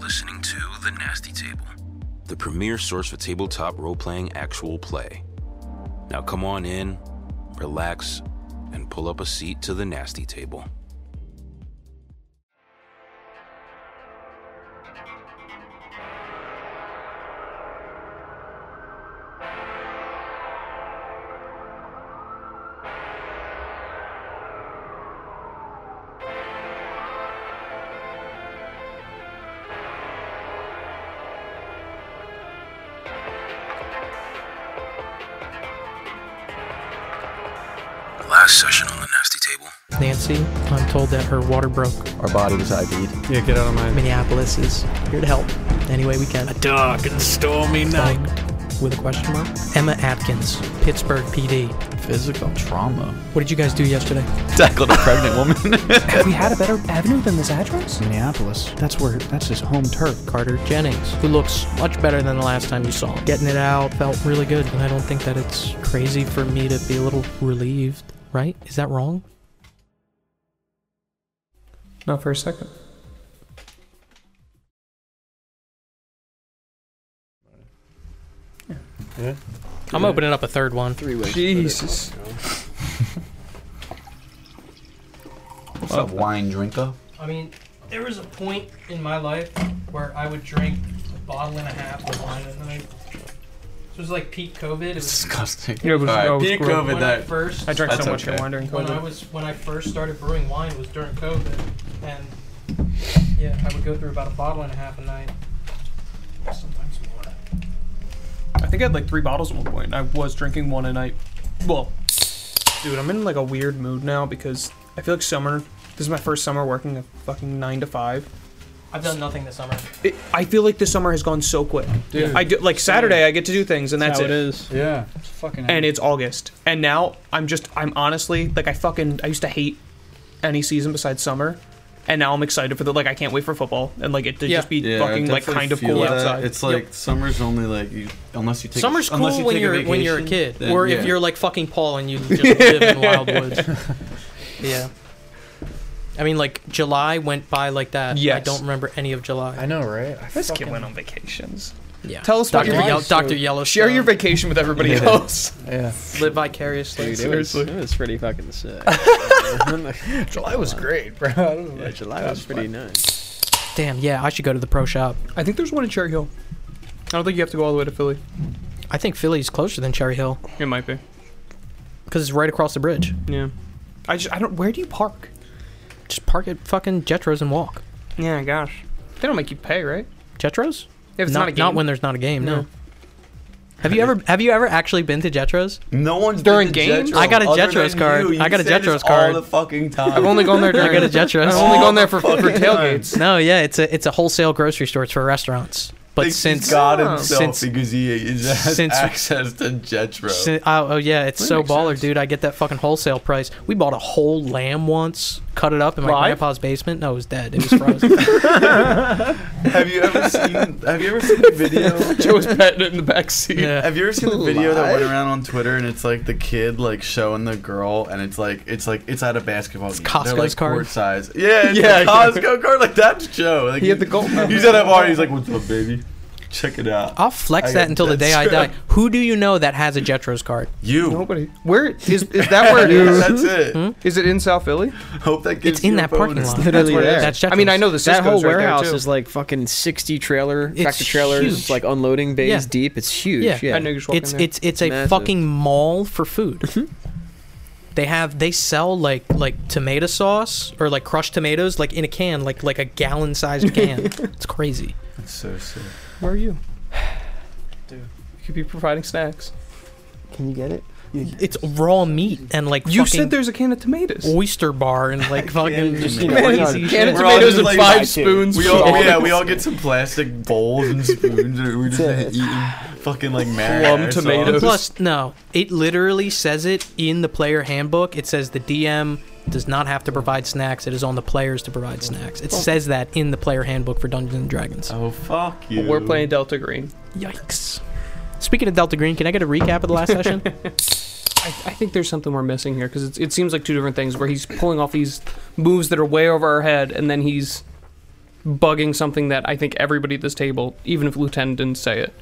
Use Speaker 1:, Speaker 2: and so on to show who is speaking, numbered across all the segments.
Speaker 1: listening to The Nasty Table, the premier source for tabletop role playing actual play. Now come on in, relax, and pull up a seat to the Nasty Table. Last session on The Nasty Table.
Speaker 2: Nancy, I'm told that her water broke.
Speaker 3: Our body was ID'd.
Speaker 4: Yeah, get out of my.
Speaker 2: Minneapolis is here to help any way we can.
Speaker 5: Dark and stormy night.
Speaker 2: Spelling With a question mark. Emma Atkins, Pittsburgh PD.
Speaker 3: Physical trauma.
Speaker 2: What did you guys do yesterday?
Speaker 3: Tackled a pregnant woman.
Speaker 6: Have we had a better avenue than this address?
Speaker 4: Minneapolis. That's where. That's his home turf.
Speaker 2: Carter Jennings, who looks much better than the last time you saw him. Getting it out felt really good, and I don't think that it's crazy for me to be a little relieved, right? Is that wrong?
Speaker 4: Not for a second.
Speaker 2: I'm opening up a third one. Three
Speaker 4: Jesus.
Speaker 3: What's up, wine drinker?
Speaker 2: I mean, there was a point in my life where I would drink a bottle and a half of wine a night. This was like peak COVID. It was oh,
Speaker 3: Disgusting.
Speaker 4: Yeah, it was-
Speaker 3: Alright,
Speaker 4: I was
Speaker 3: peak
Speaker 4: gross.
Speaker 3: COVID
Speaker 2: when I
Speaker 3: night.
Speaker 2: first
Speaker 4: I drank
Speaker 3: That's
Speaker 4: so much
Speaker 3: okay.
Speaker 4: in wine during
Speaker 2: when I
Speaker 4: COVID.
Speaker 2: was when I first started brewing wine was during COVID, and yeah, I would go through about a bottle and a half a night, sometimes more.
Speaker 4: I think I had like three bottles at one point. and I was drinking one a night. Well, dude, I'm in like a weird mood now because I feel like summer. This is my first summer working a fucking nine to five.
Speaker 2: I've done nothing this summer.
Speaker 4: It, I feel like this summer has gone so quick.
Speaker 7: Dude.
Speaker 4: I do, like Saturday, I get to do things, and that's
Speaker 7: how
Speaker 4: it.
Speaker 7: it is.
Speaker 6: Yeah.
Speaker 7: Fucking
Speaker 4: and it's August. And now I'm just I'm honestly like I fucking I used to hate any season besides summer. And now I'm excited for the like I can't wait for football and like it to
Speaker 2: Yeah.
Speaker 4: just be
Speaker 3: Yeah, I
Speaker 4: fucking like
Speaker 3: definitely
Speaker 4: kind of
Speaker 3: feel
Speaker 4: cool
Speaker 3: that.
Speaker 4: outside.
Speaker 3: It's like summer's only like you, unless you take.
Speaker 2: Summer's
Speaker 3: unless
Speaker 2: cool
Speaker 3: you
Speaker 2: when
Speaker 3: take a
Speaker 2: you're when you're a
Speaker 3: vacation,
Speaker 2: kid,
Speaker 3: then
Speaker 2: or
Speaker 3: yeah.
Speaker 2: if you're like fucking Paul and you just live in Wildwood. Yeah. I mean, like July went by like that. I
Speaker 4: Yes.
Speaker 2: don't remember any of July.
Speaker 7: I know, right? I
Speaker 4: this kid
Speaker 7: fucking-
Speaker 4: went on vacations.
Speaker 2: Yeah.
Speaker 4: Tell us what
Speaker 2: Doctor
Speaker 4: your
Speaker 2: Yellow.
Speaker 7: life, so-
Speaker 2: Doctor Yellow.
Speaker 4: Share your vacation with everybody
Speaker 3: Yeah.
Speaker 4: else.
Speaker 7: Yeah.
Speaker 2: Live vicariously.
Speaker 7: Dude, it was, it was pretty fucking sick. July was great, bro. I don't know. Yeah, July was pretty nice.
Speaker 2: Damn. Yeah, I should go to the pro shop.
Speaker 4: I think there's one in Cherry Hill. I don't think you have to go all the way to Philly.
Speaker 2: I think Philly's closer than Cherry Hill
Speaker 4: It might be.
Speaker 2: because it's right across the bridge.
Speaker 4: Yeah. I just I don't where do you park?
Speaker 2: Just park at fucking Jetros and walk.
Speaker 4: Yeah, gosh. They don't make you pay, right?
Speaker 2: Jetros?
Speaker 4: If it's
Speaker 2: not,
Speaker 4: not, a game.
Speaker 2: when there's not a game. No.
Speaker 4: Yeah.
Speaker 2: Have you ever have you ever actually been to Jetros?
Speaker 3: No one's
Speaker 4: During
Speaker 3: been to
Speaker 4: games?
Speaker 3: Jetro
Speaker 2: I got a
Speaker 3: other
Speaker 2: Jetro's
Speaker 3: than
Speaker 2: card.
Speaker 3: You. You
Speaker 2: I got a
Speaker 3: said this
Speaker 2: Jetro's card.
Speaker 3: All the fucking time.
Speaker 4: I've only gone there
Speaker 2: I
Speaker 4: during
Speaker 2: go to Jetros.
Speaker 4: I've only gone there for,
Speaker 3: All
Speaker 4: for
Speaker 3: the fucking time.
Speaker 4: tailgates.
Speaker 2: no, yeah, it's a it's a wholesale grocery store. It's for restaurants. But
Speaker 3: Thank
Speaker 2: since,
Speaker 3: God
Speaker 4: Oh.
Speaker 3: himself
Speaker 2: since-
Speaker 3: because he has
Speaker 2: since-
Speaker 3: access to Jetro.
Speaker 2: si- oh, oh yeah, it's so
Speaker 4: makes
Speaker 2: baller,
Speaker 4: sense.
Speaker 2: dude. I get that fucking wholesale price. We bought a whole lamb once, cut it up in my
Speaker 4: Live?
Speaker 2: grandpa's basement. No, it was dead. It was frozen.
Speaker 3: have you ever seen? Have you ever seen the video?
Speaker 4: Joe was petting it in the back seat.
Speaker 2: yeah.
Speaker 3: Have you ever seen the video that went around on Twitter and it's like the kid like showing the girl and it's like it's like it's at a basketball game. They're,
Speaker 2: Costco's
Speaker 3: like,
Speaker 2: card.
Speaker 3: court size. Yeah, it's
Speaker 4: Yeah,
Speaker 3: yeah, Costco card. Like that's Joe. Like,
Speaker 4: He had the gold medal.
Speaker 3: He's at a party. He's like, "What's up, baby? Check it out."
Speaker 2: I'll flex
Speaker 3: I
Speaker 2: that
Speaker 3: got
Speaker 2: until the day I
Speaker 3: Jetros.
Speaker 2: die. Who do you know that has a Jetros card?
Speaker 3: you.
Speaker 4: Nobody. Where is is that where it is?
Speaker 3: that's it.
Speaker 4: Is it in South Philly?
Speaker 3: Hope that gives
Speaker 2: Hmm? It's in
Speaker 3: you a
Speaker 2: that parking
Speaker 3: bonus.
Speaker 2: lot.
Speaker 7: literally
Speaker 4: where it
Speaker 7: there.
Speaker 4: is.
Speaker 2: That's Jetros.
Speaker 4: I mean, I know the
Speaker 7: that whole
Speaker 4: Cisco's right there,
Speaker 7: warehouse
Speaker 4: too.
Speaker 7: is like fucking 60 trailer
Speaker 2: It's
Speaker 7: tractor trailers,
Speaker 2: huge.
Speaker 7: like unloading bays
Speaker 2: Yeah.
Speaker 7: deep. It's huge.
Speaker 2: Yeah.
Speaker 7: Yeah.
Speaker 4: I know you just walk
Speaker 2: it's
Speaker 4: in there.
Speaker 2: it's it's a
Speaker 7: Massive.
Speaker 2: fucking mall for food. they have they sell like like tomato sauce or like crushed tomatoes like in a can like like a gallon sized can. it's crazy.
Speaker 3: That's so sick.
Speaker 4: Where are you? Dude, you could be providing snacks.
Speaker 7: Can you get it?
Speaker 2: It's raw meat and like
Speaker 4: You
Speaker 2: fucking
Speaker 4: said there's a can of tomatoes.
Speaker 2: oyster bar and like fucking just
Speaker 7: you know,
Speaker 2: crazy
Speaker 7: like a
Speaker 2: shit.
Speaker 4: can of
Speaker 3: We're all
Speaker 4: tomatoes
Speaker 3: just
Speaker 4: and
Speaker 3: like-
Speaker 4: five spoons.
Speaker 3: We
Speaker 4: for
Speaker 3: all
Speaker 4: all-
Speaker 3: yeah, we all get some plastic bowls and spoons and we're just
Speaker 7: That's
Speaker 3: eating fucking like marinara sauce.
Speaker 4: tomatoes.
Speaker 2: Plus, no, it literally says it in the player handbook. It says the DM does not have to provide snacks. It is on the players to provide snacks.
Speaker 7: Oh.
Speaker 2: It says that in the player handbook for Dungeons and Dragons.
Speaker 3: Oh fuck you.
Speaker 4: We're playing Delta Green.
Speaker 2: Yikes. Speaking of Delta Green, can I get a recap of the last session?
Speaker 4: I, I think there's something we're missing here because it seems like two different things where he's pulling off these moves that are way over our head and then he's
Speaker 8: bugging something that I think everybody at this table, even if Lieutenant didn't say it,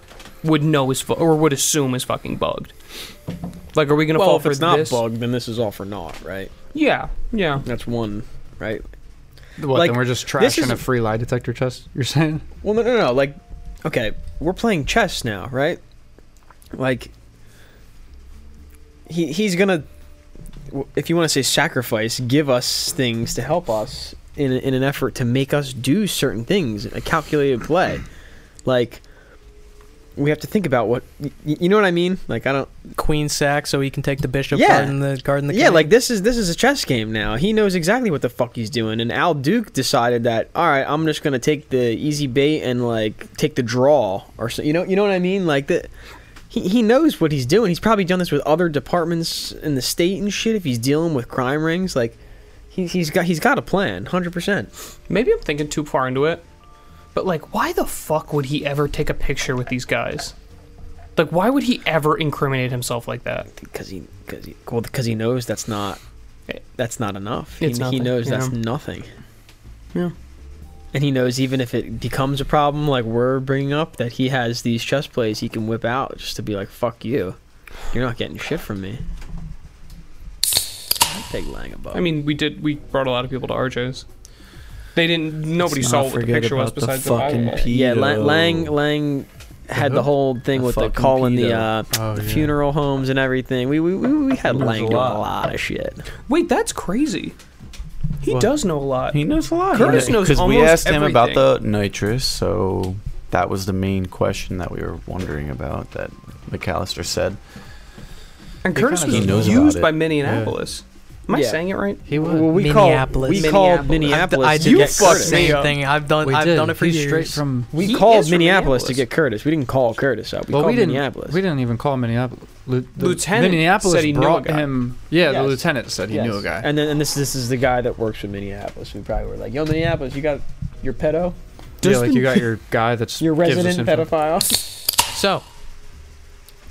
Speaker 8: would know is fu- or would assume is fucking bugged. Like, are we gonna
Speaker 7: Well,
Speaker 8: fall
Speaker 7: if
Speaker 8: for
Speaker 7: it's not
Speaker 8: this?
Speaker 7: bugged, then this is all for naught, right?
Speaker 8: Yeah, yeah.
Speaker 7: That's one, right?
Speaker 9: What,
Speaker 7: Like,
Speaker 9: then we're just
Speaker 7: this is-
Speaker 9: trashing a free lie detector test? You're saying?
Speaker 7: Well, no, no, no. Like, okay, we're playing chess now, right? Like, he he's gonna, w- if you want to say sacrifice, give us things to help us in in an effort to make us do certain things, a calculated play. Like, we have to think about what y- y- you know what I mean. Like, I don't.
Speaker 2: Queen sack so he can take the bishop
Speaker 7: Yeah.
Speaker 2: card and the card in the
Speaker 7: Yeah,
Speaker 2: king.
Speaker 7: like this is this is a chess game now. He knows exactly what the fuck he's doing, and Al Duke decided that all right, I'm just gonna take the easy bait and like take the draw or so. You know, you know what I mean? Like that, he he knows what he's doing. He's probably done this with other departments in the state and shit. If he's dealing with crime rings, like he, he's got he's got a plan, hundred percent.
Speaker 8: Maybe I'm thinking too far into it, but like, why the fuck would he ever take a picture with these guys? Like, why would he ever incriminate himself like that?
Speaker 7: Because he because he well because he knows that's not that's not enough. He,
Speaker 8: It's
Speaker 7: he
Speaker 8: nothing,
Speaker 7: knows that's
Speaker 8: yeah.
Speaker 7: nothing. And he knows even if it becomes a problem, like we're bringing up, that he has these chess plays he can whip out just to be like, "Fuck you, you're not getting shit from me." I'd take Langabah.
Speaker 8: I mean, we did. We brought a lot of people to RJ's. They didn't. Nobody
Speaker 3: Let's
Speaker 8: saw
Speaker 3: not
Speaker 8: what the
Speaker 3: forget
Speaker 8: picture was
Speaker 3: about the
Speaker 8: besides the,
Speaker 3: fucking
Speaker 8: volleyball.
Speaker 3: pe-
Speaker 7: yeah, Lang
Speaker 3: pedo.
Speaker 7: Lang, Lang had the whole thing
Speaker 3: A
Speaker 7: with the
Speaker 3: fucking
Speaker 7: calling the uh,
Speaker 3: pedo. Oh,
Speaker 7: the
Speaker 3: yeah.
Speaker 7: funeral homes and everything. We we, we, we had
Speaker 3: There's
Speaker 7: Lang
Speaker 3: a
Speaker 7: doing a
Speaker 3: lot.
Speaker 7: lot of shit.
Speaker 8: Wait, that's crazy. He
Speaker 3: What?
Speaker 8: does know a lot.
Speaker 3: He knows a lot.
Speaker 8: Curtis knows
Speaker 3: Because we
Speaker 8: almost
Speaker 3: asked him about the nitrous, so that was the main question that we were wondering about that McAllister said.
Speaker 8: and Curtis
Speaker 3: kinda
Speaker 8: was
Speaker 3: knows about
Speaker 8: used
Speaker 3: it.
Speaker 8: by Minneapolis. Am I
Speaker 7: Yeah.
Speaker 8: saying it right?
Speaker 3: He was.
Speaker 7: Well, we
Speaker 2: Minneapolis.
Speaker 7: called we called
Speaker 8: Minneapolis.
Speaker 7: Minneapolis.
Speaker 2: I
Speaker 7: to
Speaker 2: did
Speaker 7: get
Speaker 2: get the
Speaker 7: Curtis.
Speaker 2: same thing. I've done. I've done it for
Speaker 9: He's
Speaker 2: years.
Speaker 9: straight from.
Speaker 7: We
Speaker 8: He
Speaker 7: called
Speaker 8: is from
Speaker 7: Minneapolis to
Speaker 8: Minneapolis.
Speaker 7: get Curtis. We didn't call Curtis up. We
Speaker 9: well,
Speaker 7: called
Speaker 9: we didn't.
Speaker 7: Minneapolis.
Speaker 9: We didn't even call Minneapolis. Lu- the
Speaker 8: Lieutenant
Speaker 9: Minneapolis
Speaker 8: said he knew a
Speaker 9: brought
Speaker 8: guy.
Speaker 9: him. Yeah, the
Speaker 7: Yes.
Speaker 9: lieutenant said he
Speaker 7: Yes.
Speaker 9: knew a guy.
Speaker 7: And then and this this is the guy that works with Minneapolis. We probably were like, "Yo, Minneapolis, you got your pedo,
Speaker 9: yeah, like you got your guy that's
Speaker 7: your
Speaker 9: gives us
Speaker 7: resident
Speaker 9: info.
Speaker 7: pedophile."
Speaker 2: So,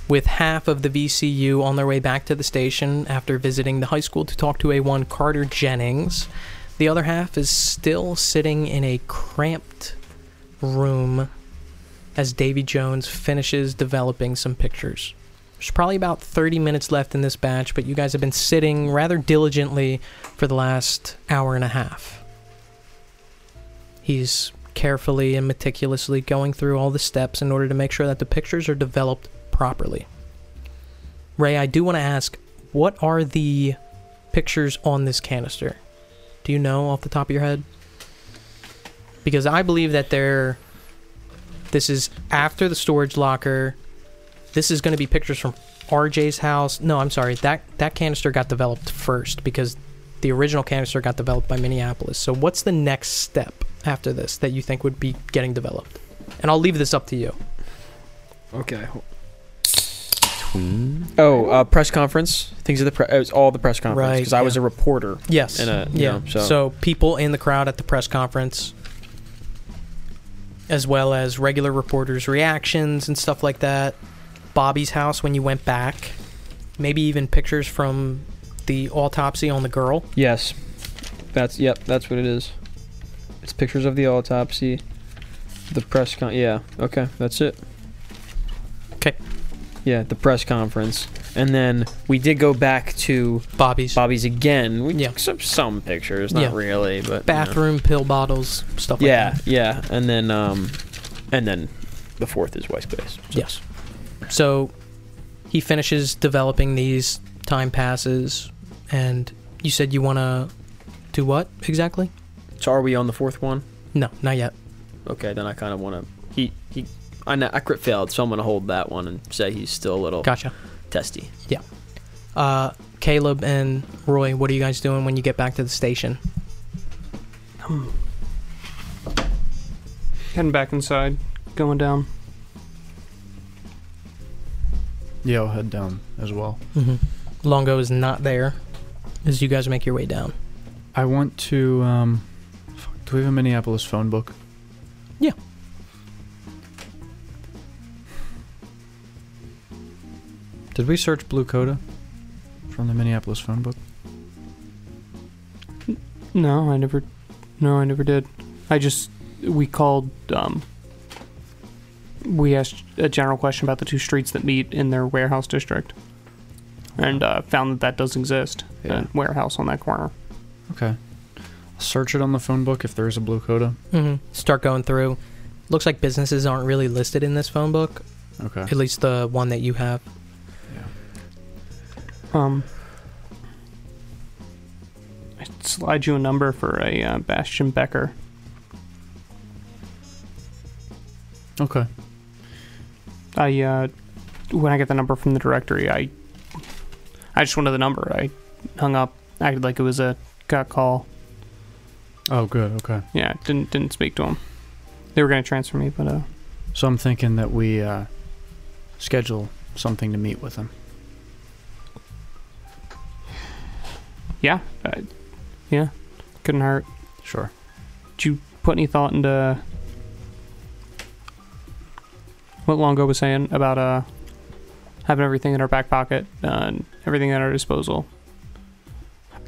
Speaker 2: with half of the VCU on their way back to the station after visiting the high school to talk to a one Carter Jennings, the other half is still sitting in a cramped room as Davy Jones finishes developing some pictures. There's probably about 30 minutes left in this batch, but you guys have been sitting rather diligently for the last hour and a half. He's carefully and meticulously going through all the steps in order to make sure that the pictures are developed properly. Ray, I do want to ask what are the pictures on this canister? Do you know off the top of your head? Because I believe that they're. This is after the storage locker. This is going to be pictures from RJ's house. No, I'm sorry. That that canister got developed first because the original canister got developed by Minneapolis. So what's the next step after this that you think would be getting developed? And I'll leave this up to you.
Speaker 7: Okay. Oh, uh, press conference. Things of the press. It was all the press conference
Speaker 2: Right,
Speaker 7: because I was
Speaker 2: yeah.
Speaker 7: a reporter.
Speaker 2: Yes.
Speaker 7: And, uh, you
Speaker 2: yeah.
Speaker 7: know, so-
Speaker 2: people in the crowd at the press conference, as well as regular reporters' reactions and stuff like that. Bobby's house when you went back. Maybe even pictures from the autopsy on the girl.
Speaker 7: Yes, that's yep. That's what it is. It's pictures of the autopsy, the press con. Yeah. Okay, that's it.
Speaker 2: 'Kay.
Speaker 7: Yeah, the press conference, and then we did go back to
Speaker 2: Bobby's
Speaker 7: Bobby's again. We
Speaker 2: Yeah.
Speaker 7: took some, some pictures, not
Speaker 2: Yeah.
Speaker 7: really, but you know.
Speaker 2: bathroom, pill bottles, stuff like
Speaker 7: Yeah,
Speaker 2: that.
Speaker 7: yeah, and then um, and then the fourth is West Base.
Speaker 2: Yes. So he finishes developing these. Time passes, and you said you want to do what exactly?
Speaker 7: So are we on the fourth one?
Speaker 2: No, not yet.
Speaker 7: Okay, then I kind of want to. He he, I know I crit failed, so I'm gonna hold that one and say he's still a little
Speaker 2: Gotcha.
Speaker 7: testy.
Speaker 2: Uh, Caleb and Roy, what are you guys doing when you get back to the station?
Speaker 8: Heading back inside, going down.
Speaker 9: Yeah, I'll head down as well.
Speaker 2: Longo is not there as you guys make your way down.
Speaker 9: I want to. Um, fuck, do we have a Minneapolis phone book?
Speaker 2: Yeah.
Speaker 9: Did we search Blue Coda from the Minneapolis phone book?
Speaker 8: No, I never. No, I never did. I just
Speaker 4: we called. Um, we asked a general question about the two streets that meet in their warehouse district, and uh, found that that does exist.
Speaker 9: Yeah.
Speaker 4: A warehouse on that corner.
Speaker 9: Okay. Search it on the phone book if there is a blue coda.
Speaker 2: hmm Start going through. Looks like businesses aren't really listed in this phone book,
Speaker 9: Okay.
Speaker 2: at least the one that you have.
Speaker 4: Um, I slide you a number for a uh, Bastion Becker.
Speaker 9: Okay.
Speaker 4: I uh, when I get the number from the directory, I I just wanted the number. I hung up, acted like it was a gut call.
Speaker 9: Oh, good. Okay.
Speaker 4: Yeah, didn't didn't speak to him. They were gonna transfer me, but uh,
Speaker 9: So I'm thinking that we uh, schedule something to meet with him.
Speaker 4: yeah, uh, yeah, couldn't hurt.
Speaker 9: Sure.
Speaker 4: Put any thought into what Longo was saying about uh having everything in our back pocket uh, and everything at our disposal. I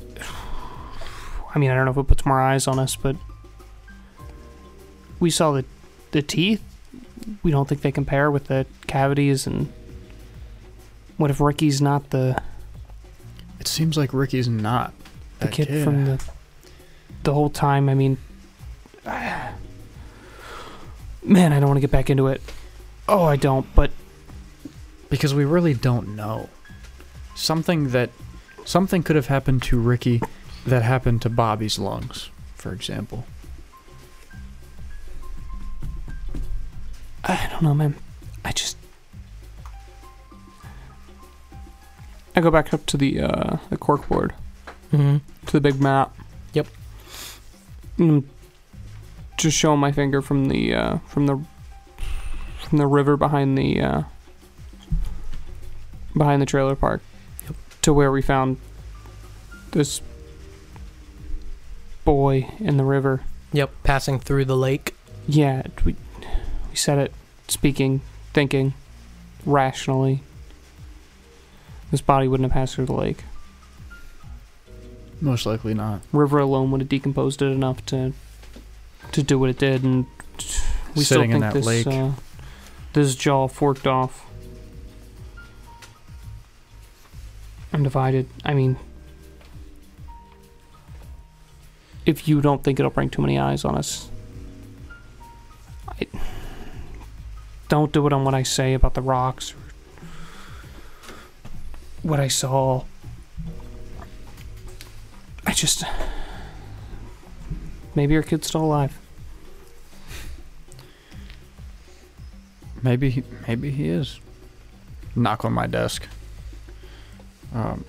Speaker 4: mean, I don't know if it puts more eyes on us, but we saw the the teeth. We don't think they compare with the cavities and. What if Ricky's not the
Speaker 9: It seems like Ricky's not
Speaker 4: the
Speaker 9: that
Speaker 4: kid, from the the whole time. I mean, man, I don't want to get back into it. Oh, I don't. But
Speaker 9: because we really don't know something that something could have happened to Ricky that happened to Bobby's lungs, for example.
Speaker 4: I don't know, man. I just I go back up to the uh, the cork board
Speaker 2: Mm-hmm.
Speaker 4: to the big map.
Speaker 2: Yep.
Speaker 4: Mm, just showing my finger from the uh, from the from the river behind the uh, behind the trailer park to where we found this boy in the river.
Speaker 2: Yep, passing through the lake.
Speaker 4: Yeah, we we said it speaking, thinking, rationally. This body wouldn't have passed through the lake.
Speaker 9: Most likely not.
Speaker 4: river alone would have decomposed it enough to to do what it did, and we still
Speaker 9: Sitting
Speaker 4: think
Speaker 9: in that
Speaker 4: this
Speaker 9: lake.
Speaker 4: Uh, this jaw forked off and divided. I mean, if you don't think it'll bring too many eyes on us, I, don't do it on what I say about the rocks or what I saw. I just. Maybe your kid's still alive.
Speaker 9: Maybe he, maybe he is. Knock on my desk. Um,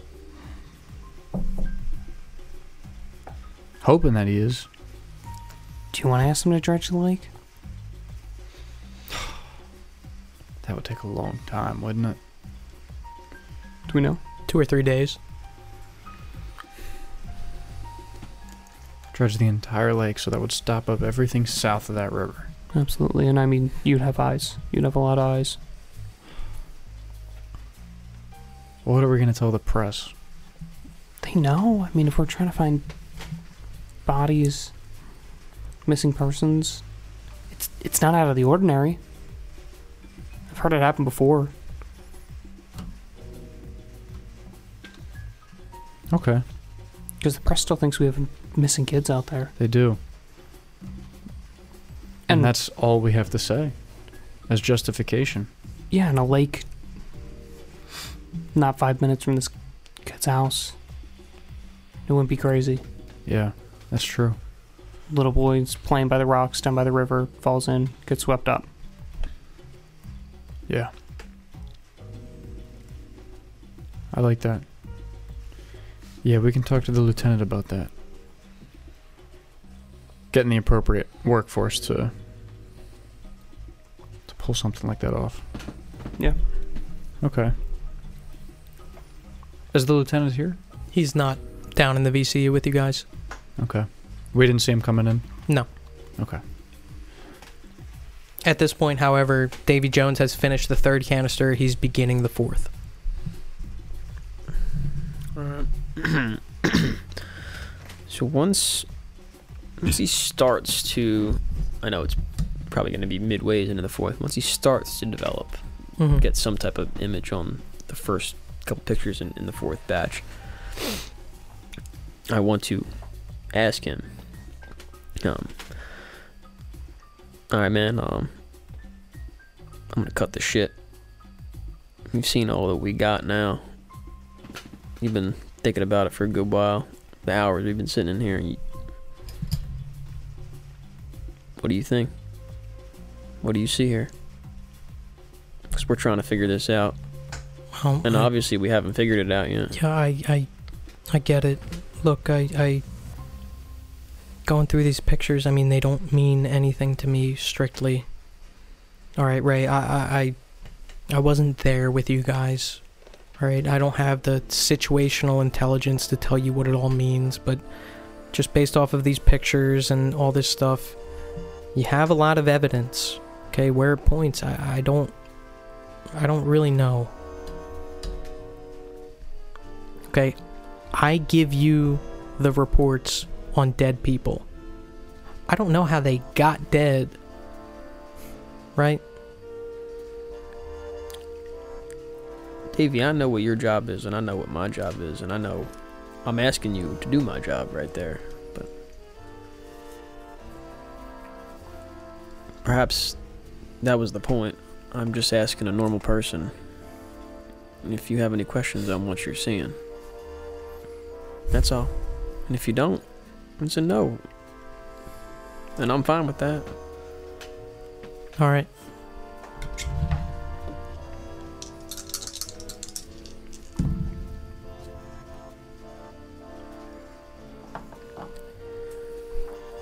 Speaker 9: hoping that he is.
Speaker 4: Do you want to ask him to dredge the lake?
Speaker 9: That would take a long time, wouldn't it?
Speaker 4: Do we know?
Speaker 2: Two or three days.
Speaker 9: Dredge the entire lake, so that would stop up everything south of that river.
Speaker 4: Absolutely, and I mean, you'd have eyes. You'd have a lot of eyes.
Speaker 9: What are we gonna tell the press?
Speaker 4: They know. I mean, if we're trying to find bodies, missing persons, it's it's not out of the ordinary. I've heard it happen before.
Speaker 9: Okay,
Speaker 4: Because the press still thinks we have missing kids out there.
Speaker 9: they do. And
Speaker 4: And-
Speaker 9: that's all we have to say as justification.
Speaker 4: Yeah, in a lake. Not five minutes from this kid's house. It wouldn't be crazy.
Speaker 9: Yeah, that's true.
Speaker 4: little boy's playing by the rocks down by the river, falls in, gets swept up.
Speaker 9: Yeah. I like that. Yeah, we can talk to the lieutenant about that. Getting the appropriate workforce to to pull something like that off.
Speaker 4: Yeah.
Speaker 9: Okay. Is the lieutenant here?
Speaker 2: He's not down in the VCU with you guys.
Speaker 9: Okay. We didn't see him coming in.
Speaker 2: At this point, however, Davy Jones has finished the third canister. He's beginning the fourth.
Speaker 7: So once, once he starts to I know it's probably going to be midways into the fourth. Once he starts to develop,
Speaker 2: Mhm.
Speaker 7: get some type of image on the first couple pictures in, in the fourth batch. I want to ask him. Um, all right, man. Um, I'm gonna cut the shit. You've seen all that we got now. You've been thinking about it for a good while. The hours we've been sitting in here. You... What do you think? What do you see here? Because we're trying to figure this out,
Speaker 2: Well,
Speaker 7: and
Speaker 2: I-
Speaker 7: obviously we haven't figured it out yet.
Speaker 2: Yeah, I, I, I get it. Look, I, I, going through these pictures. I mean, they don't mean anything to me strictly. All right, Ray. I, I, I, I wasn't there with you guys. All right, I don't have the situational intelligence to tell you what it all means, but just based off of these pictures and all this stuff, you have a lot of evidence. Okay, where it points, I, I don't, I don't really know. Okay. I give you the reports on dead people. I don't know how they got dead. Right?
Speaker 7: Davey, I know what your job is, and I know what my job is, and I know I'm asking you to do my job right there. But perhaps that was the point. I'm just asking a normal person if you have any questions on what you're seeing. That's all. And if you don't, it's a no. And I'm fine with that.
Speaker 2: All right.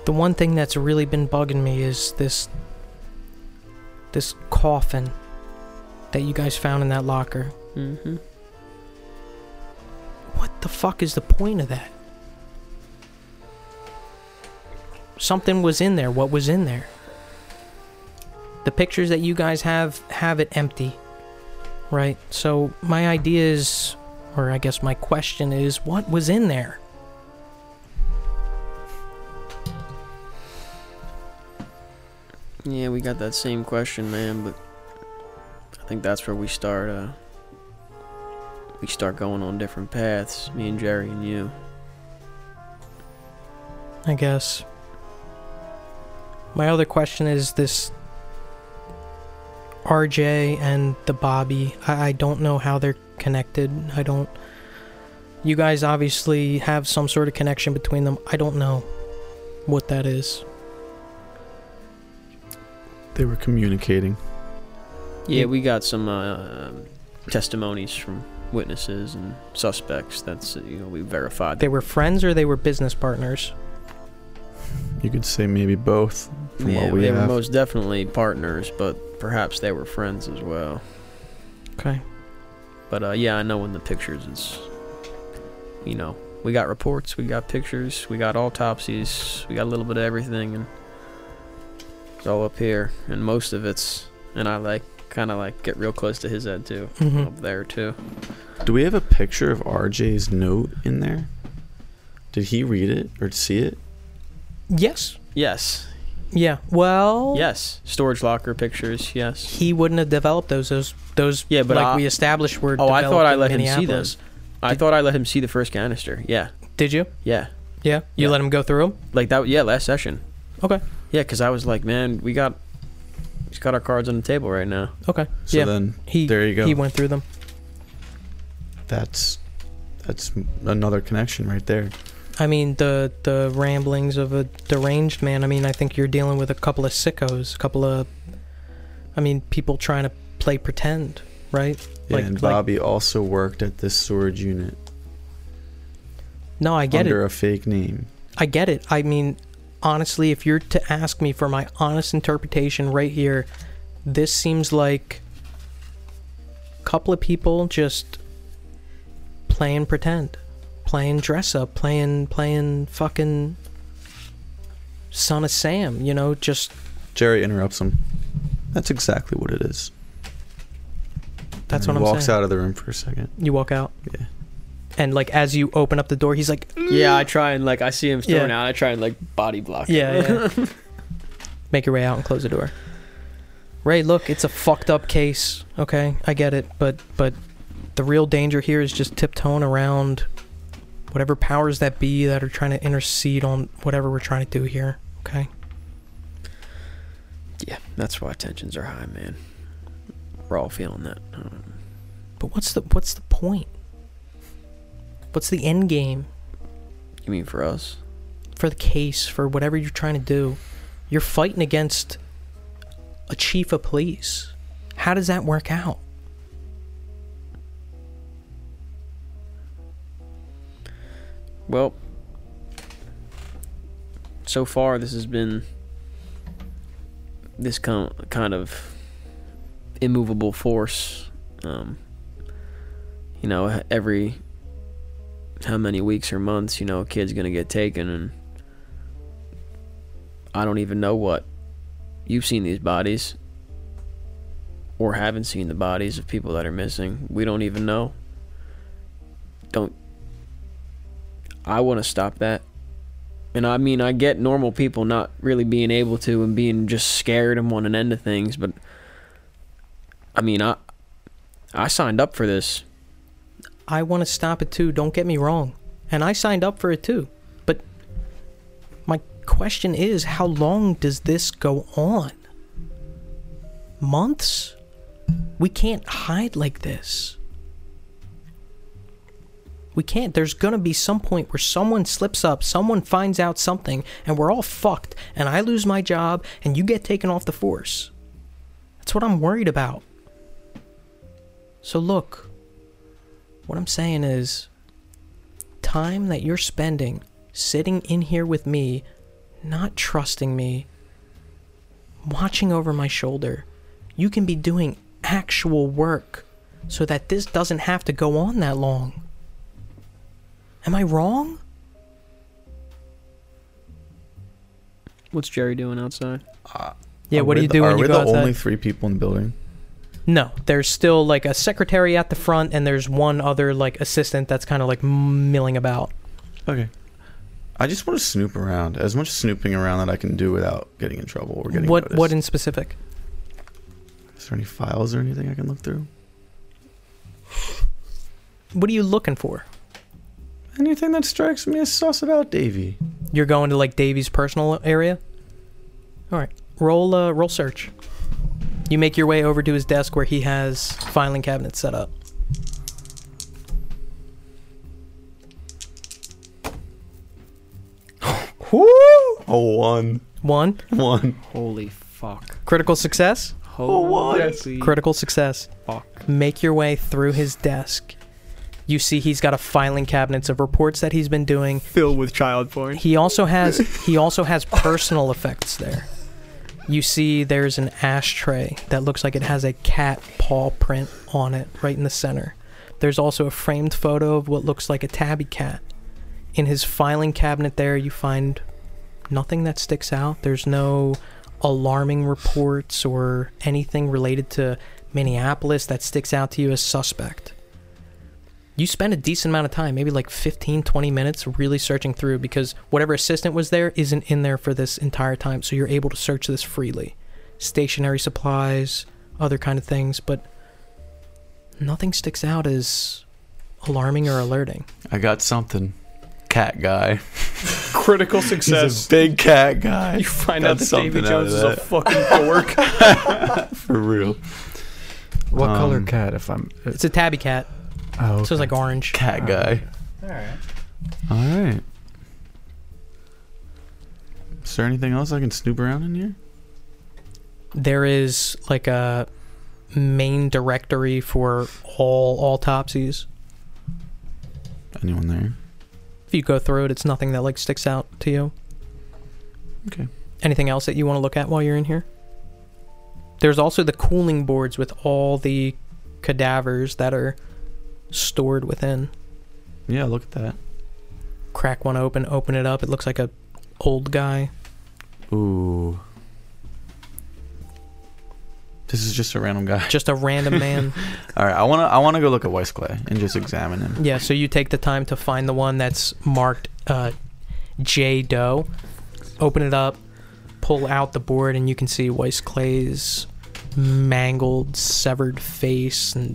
Speaker 2: The one thing that's really been bugging me is this this coffin that you guys found in that locker.
Speaker 7: Mm-hmm.
Speaker 2: What the fuck is the point of that? Something was in there. What was in there? The pictures that you guys have have it empty. Right? So my idea is or I guess my question is what was in there?
Speaker 7: Yeah, we got that same question, man, but I think that's where we start uh we start going on different paths, me and Jerry and you.
Speaker 2: I guess. My other question is this RJ and the Bobby. I, I don't know how they're connected. I don't. You guys obviously have some sort of connection between them. I don't know what that is.
Speaker 3: They were communicating.
Speaker 7: Yeah, we got some uh, testimonies from witnesses and suspects that's uh, you know we verified
Speaker 2: They were friends or they were business partners?
Speaker 3: You could say maybe both. From
Speaker 7: yeah,
Speaker 3: what we
Speaker 7: they were
Speaker 3: have.
Speaker 7: most definitely partners, but perhaps they were friends as well.
Speaker 2: Okay.
Speaker 7: But uh, yeah, I know in the pictures it's, you know, we got reports, we got pictures, we got autopsies, we got a little bit of everything, and it's all up here. And most of it's, and I like kind of like get real close to his head too,
Speaker 2: Mm-hmm.
Speaker 7: up there too.
Speaker 3: Do we have a picture of RJ's note in there? Did he read it or see it?
Speaker 2: Yes.
Speaker 7: Yes,
Speaker 2: Yeah. Well.
Speaker 7: yes, storage locker pictures, yes.
Speaker 2: He wouldn't have developed those. Those. Those.
Speaker 7: Yeah, but
Speaker 2: like
Speaker 7: I-
Speaker 2: we established were.
Speaker 7: Oh, I thought
Speaker 2: developed
Speaker 7: I
Speaker 2: in
Speaker 7: let him see them.
Speaker 2: Minneapolis.
Speaker 7: I thought I let him see the first canister. Yeah,
Speaker 2: Did you?
Speaker 7: yeah,
Speaker 2: Yeah. You
Speaker 7: Yeah.
Speaker 2: let him go through them.
Speaker 7: like that. Yeah, last session.
Speaker 2: Okay.
Speaker 7: Yeah, because I was like, man, we got, we just got our cards on the table right now.
Speaker 2: Okay.
Speaker 3: So
Speaker 2: yeah.
Speaker 3: then
Speaker 2: he.
Speaker 3: there you go.
Speaker 2: He went through them.
Speaker 3: that's that's another connection right there.
Speaker 2: I mean the the ramblings of a deranged man. I mean, I think you're dealing with a couple of sickos, a couple of, I mean, people trying to play pretend, right?
Speaker 3: Yeah,
Speaker 2: Like-
Speaker 3: and
Speaker 2: like-
Speaker 3: Bobby also worked at this storage unit
Speaker 2: No, I get it.
Speaker 3: under a fake name.
Speaker 2: I get it. I mean, honestly, if you're to ask me for my honest interpretation right here, this seems like a couple of people just playing pretend, playing dress up, playing playing fucking son of Sam. You know, just
Speaker 3: Jerry interrupts him. That's exactly what it is.
Speaker 2: that's what
Speaker 3: And
Speaker 2: I'm
Speaker 3: he
Speaker 2: saying.
Speaker 3: walks out of the room for a second.
Speaker 2: You walk out.
Speaker 3: Yeah.
Speaker 2: And like as you open up the door, he's like,
Speaker 7: Yeah, I try and like I see him thrown
Speaker 2: Yeah.
Speaker 7: out. I try and like body block. him.
Speaker 2: "Yeah, yeah." make your way out and close the door. Ray, look, it's a fucked up case. Okay, I get it, but but the real danger here is just tiptoeing around whatever powers that be that are trying to intercede on whatever we're trying to do here. Okay.
Speaker 7: Yeah, that's why tensions are high, man. We're all feeling that. Um,
Speaker 2: But what's the what's the point? What's the end game
Speaker 7: you mean for us?
Speaker 2: for the case for whatever you're trying to do? You're fighting against a chief of police. How does that work out?
Speaker 7: Well, so far this has been this kind kind of immovable force. Um, you know, h- every how many weeks or months, you know, a kid's gonna get taken, and I don't even know what. You've seen these bodies, or haven't seen the bodies of people that are missing. We don't even know. Don't I want to stop that. And I mean, I get normal people not really being able to and being just scared and wanting an end to things, but I mean, I I signed up for this.
Speaker 2: I want to stop it too, don't get me wrong. And I signed up for it too. But my question is how long does this go on? Months? We can't hide like this. We can't. There's going to be some point where someone slips up, someone finds out something, and we're all fucked, and I lose my job, and you get taken off the force. That's what I'm worried about. So, look. What I'm saying is, time that you're spending sitting in here with me, not trusting me, watching over my shoulder, you can be doing actual work so that this doesn't have to go on that long. Am I wrong?
Speaker 7: What's Jerry doing outside?
Speaker 2: Yeah,
Speaker 3: Are
Speaker 2: what do
Speaker 3: we
Speaker 2: you
Speaker 3: the-
Speaker 2: do
Speaker 3: Are
Speaker 2: when
Speaker 3: we
Speaker 2: you go
Speaker 3: the
Speaker 2: outside?
Speaker 3: only three people in the building?
Speaker 2: No, there's still like a secretary at the front, and there's one other like assistant that's kind of like milling about.
Speaker 3: Okay. I just want to snoop around as much snooping around that I can do without getting in trouble or getting
Speaker 2: What
Speaker 3: noticed.
Speaker 2: what in specific?
Speaker 3: Is there any files or anything I can look through?
Speaker 2: What are you looking for?
Speaker 3: Anything that strikes me as sauce about Davy.
Speaker 2: You're going to like Davy's personal area. All right, roll uh, roll search. You make your way over to his desk where he has filing cabinets set up.
Speaker 3: Woo! A one.
Speaker 2: One
Speaker 3: One.
Speaker 9: Holy fuck.
Speaker 2: critical success.
Speaker 9: Holy
Speaker 2: Critical success. Make your way through his desk. You see he's got a filing cabinets of reports that he's been doing.
Speaker 7: Filled with child porn.
Speaker 2: He also has he also has personal effects there. You see there's an ashtray that looks like it has a cat paw print on it right in the center. There's also a framed photo of what looks like a tabby cat. In his filing cabinet there you find nothing that sticks out. There's no alarming reports or anything related to Minneapolis that sticks out to you as suspect you spend a decent amount of time maybe like 15 20 minutes really searching through because whatever assistant was there isn't in there for this entire time so you're able to search this freely stationary supplies other kind of things but nothing sticks out as alarming or alerting
Speaker 3: I got something. Cat guy.
Speaker 8: Critical
Speaker 3: He's
Speaker 8: success.
Speaker 3: a big cat guy.
Speaker 8: You find
Speaker 3: Got
Speaker 8: out that Davy
Speaker 3: something out
Speaker 8: Jones
Speaker 3: of
Speaker 8: is a
Speaker 3: that.
Speaker 8: fucking dork.
Speaker 3: For real.
Speaker 9: What color
Speaker 3: Um,
Speaker 9: cat if I'm. uh,
Speaker 2: it's a tabby cat
Speaker 9: oh,
Speaker 2: so it's like orange
Speaker 3: Cat guy. Alright. Alright. Is there anything else I can snoop around in here?
Speaker 2: there is like a main directory for all autopsies
Speaker 3: Anyone there?
Speaker 2: if you go through it it's nothing that like sticks out to you
Speaker 3: Okay.
Speaker 2: anything else that you want to look at while you're in here there's also the cooling boards with all the cadavers that are stored within
Speaker 3: Yeah, look at that.
Speaker 2: crack one open open it up it looks like a old guy
Speaker 3: Ooh. This is just a random guy.
Speaker 2: just a random man
Speaker 3: All right, I wanna I wanna go look at Weiss Clay and just examine him.
Speaker 2: yeah so you take the time to find the one that's marked uh, j doe open it up pull out the board and you can see Weiss Clay's mangled, severed face and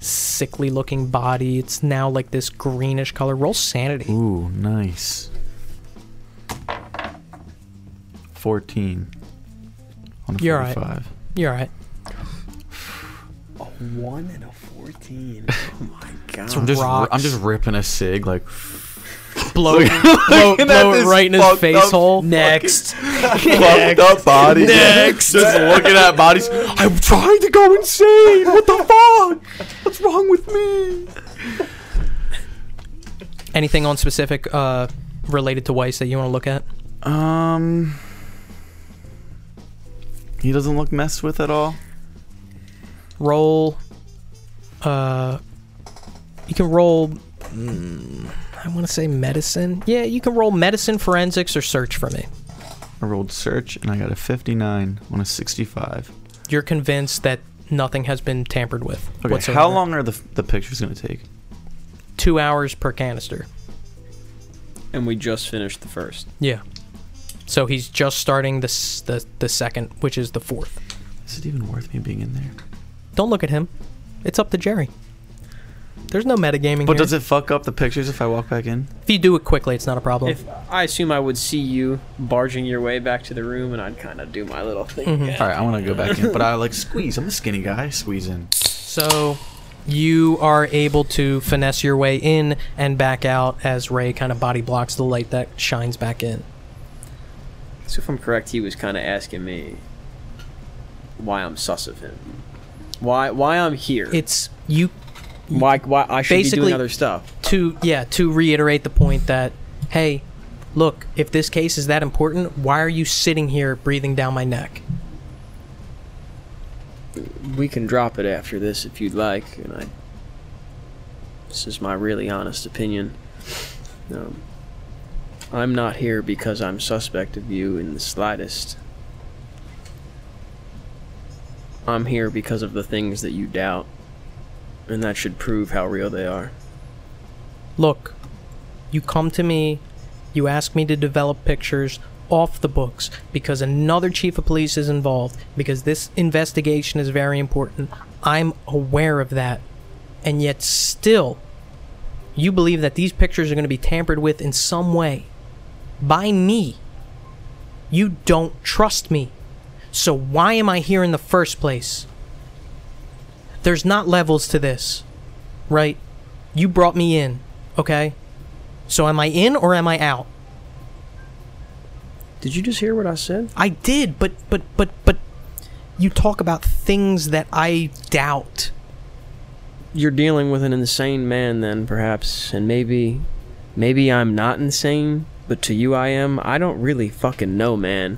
Speaker 2: sickly looking body. It's now like this greenish color. Roll sanity.
Speaker 3: Ooh, nice. 14. On a
Speaker 2: You're right.
Speaker 3: 45.
Speaker 2: You're all right.
Speaker 7: A one and a fourteen. Oh my god.
Speaker 3: I'm just,
Speaker 2: rocks.
Speaker 3: I'm just ripping a cig, like,
Speaker 2: Blow, blow, blow it right in his face hole.
Speaker 7: Next.
Speaker 3: fucked up body. Next. just looking at bodies. I'm trying to go insane. What the fuck? What's wrong with me?
Speaker 2: Anything on specific uh, related to Weiss that you want to look at?
Speaker 3: Um. He doesn't look messed with at all.
Speaker 2: roll uh you can roll mm, i want to say medicine yeah you can roll medicine forensics or search for me
Speaker 3: I rolled search and I got a 59 on a 65.
Speaker 2: you're convinced that nothing has been tampered with
Speaker 3: Okay,
Speaker 2: whatsoever.
Speaker 3: how long are the, the pictures going to take?
Speaker 2: two hours per canister
Speaker 7: And we just finished the first.
Speaker 2: yeah so he's just starting the, s- the the second which is the fourth
Speaker 3: Is it even worth me being in there?
Speaker 2: don't look at him it's up to jerry there's no metagaming
Speaker 3: But
Speaker 2: here.
Speaker 3: does it fuck up the pictures if I walk back in?
Speaker 2: if you do it quickly it's not a problem
Speaker 7: If I assume I would see you barging your way back to the room, and I'd kind of do my little thing.
Speaker 2: Mhm.
Speaker 7: again.
Speaker 3: All right, I want to go back in, but I like squeeze. I'm a skinny guy. I squeeze in.
Speaker 2: So you are able to finesse your way in and back out as Ray kind of body blocks the light that shines back in.
Speaker 7: So if I'm correct, he was kind of asking me why I'm sus of him, why why I'm here,
Speaker 2: It's you
Speaker 7: why why I should be
Speaker 2: basically-
Speaker 7: doing other stuff.
Speaker 2: to yeah, to reiterate the point that hey, look, if this case is that important, why are you sitting here breathing down my neck?
Speaker 7: We can drop it after this if you'd like, and I. This is my really honest opinion. Um, I'm not here because I'm suspect of you in the slightest. I'm here because of the things that you doubt, and that should prove how real they are.
Speaker 2: Look, you come to me, you ask me to develop pictures off the books because another chief of police is involved, because this investigation is very important. I'm aware of that. And yet, still, you believe that these pictures are going to be tampered with in some way by me. You don't trust me. So, why am I here in the first place? There's not levels to this, right? You brought me in, okay? So am I in or am I out?
Speaker 7: Did you just hear what I said?
Speaker 2: I did, but but but but you talk about things that I doubt.
Speaker 7: you're dealing with an insane man then perhaps and maybe maybe I'm not insane but to you I am I don't really fucking know man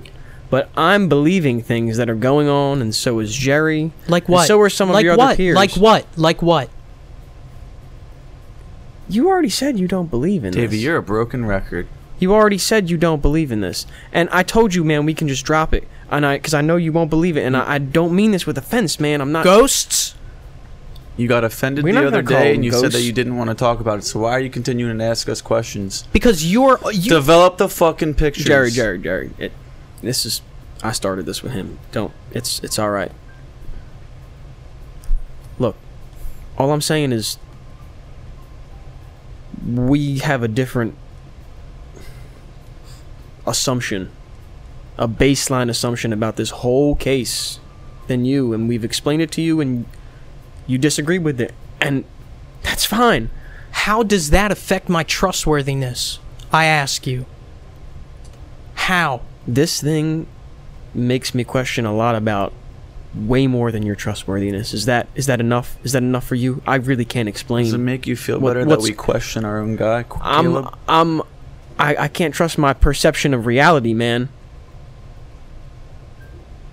Speaker 7: but I'm believing things that are going on and so is Jerry
Speaker 2: Like
Speaker 7: And
Speaker 2: what?
Speaker 7: so are some of
Speaker 2: like
Speaker 7: your
Speaker 2: what?
Speaker 7: other peers
Speaker 2: Like what? Like what?
Speaker 7: you already said you don't believe in
Speaker 3: Davey,
Speaker 7: this
Speaker 3: you're a broken record.
Speaker 7: you already said you don't believe in this and I told you man we can just drop it and I cuz I know you won't believe it and I, I don't mean this with offense man I'm not
Speaker 2: Ghosts?
Speaker 3: You got offended
Speaker 7: We're
Speaker 3: the
Speaker 7: not
Speaker 3: other
Speaker 7: gonna call
Speaker 3: day,
Speaker 7: him
Speaker 3: and you said that
Speaker 7: ghost.
Speaker 3: you didn't want to talk about it. So why are you continuing to ask us questions?
Speaker 2: Because you're you
Speaker 3: Develop the fucking pictures,
Speaker 7: Jerry, Jerry, Jerry. It, this is. I started this with him. Don't. It's. It's all right. Look, all I'm saying is, we have a different assumption, a baseline assumption about this whole case than you, and we've explained it to you, and you disagree with it, and that's fine.
Speaker 2: How does that affect my trustworthiness? I ask you. How?
Speaker 7: this thing makes me question a lot about way more than your trustworthiness. Is that is that enough? Is that enough for you? I really can't
Speaker 3: Does it
Speaker 7: explain.
Speaker 3: make you feel
Speaker 7: What-
Speaker 3: better that
Speaker 7: what's-
Speaker 3: we question our own guy, Qu-
Speaker 7: I'm
Speaker 3: Caleb?
Speaker 7: I'm I, I can't trust my perception of reality, man.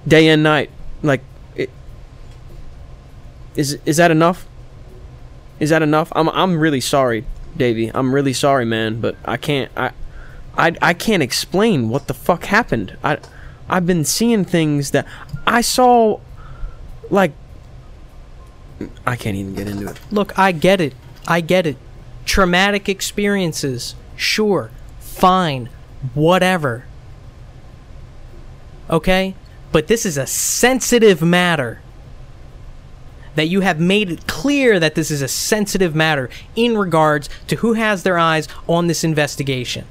Speaker 7: Day and night. Like it, is is that enough? Is that enough? I'm I'm really sorry, Davey. I'm really sorry, man, but I can't I I, I can't explain what the fuck happened. I I've been seeing things that I saw like I can't even get into it.
Speaker 2: Look, I get it. I get it. Traumatic experiences. Sure. Fine. Whatever. okay? But this is a sensitive matter. That you have made it clear that this is a sensitive matter in regards to who has their eyes on this investigation.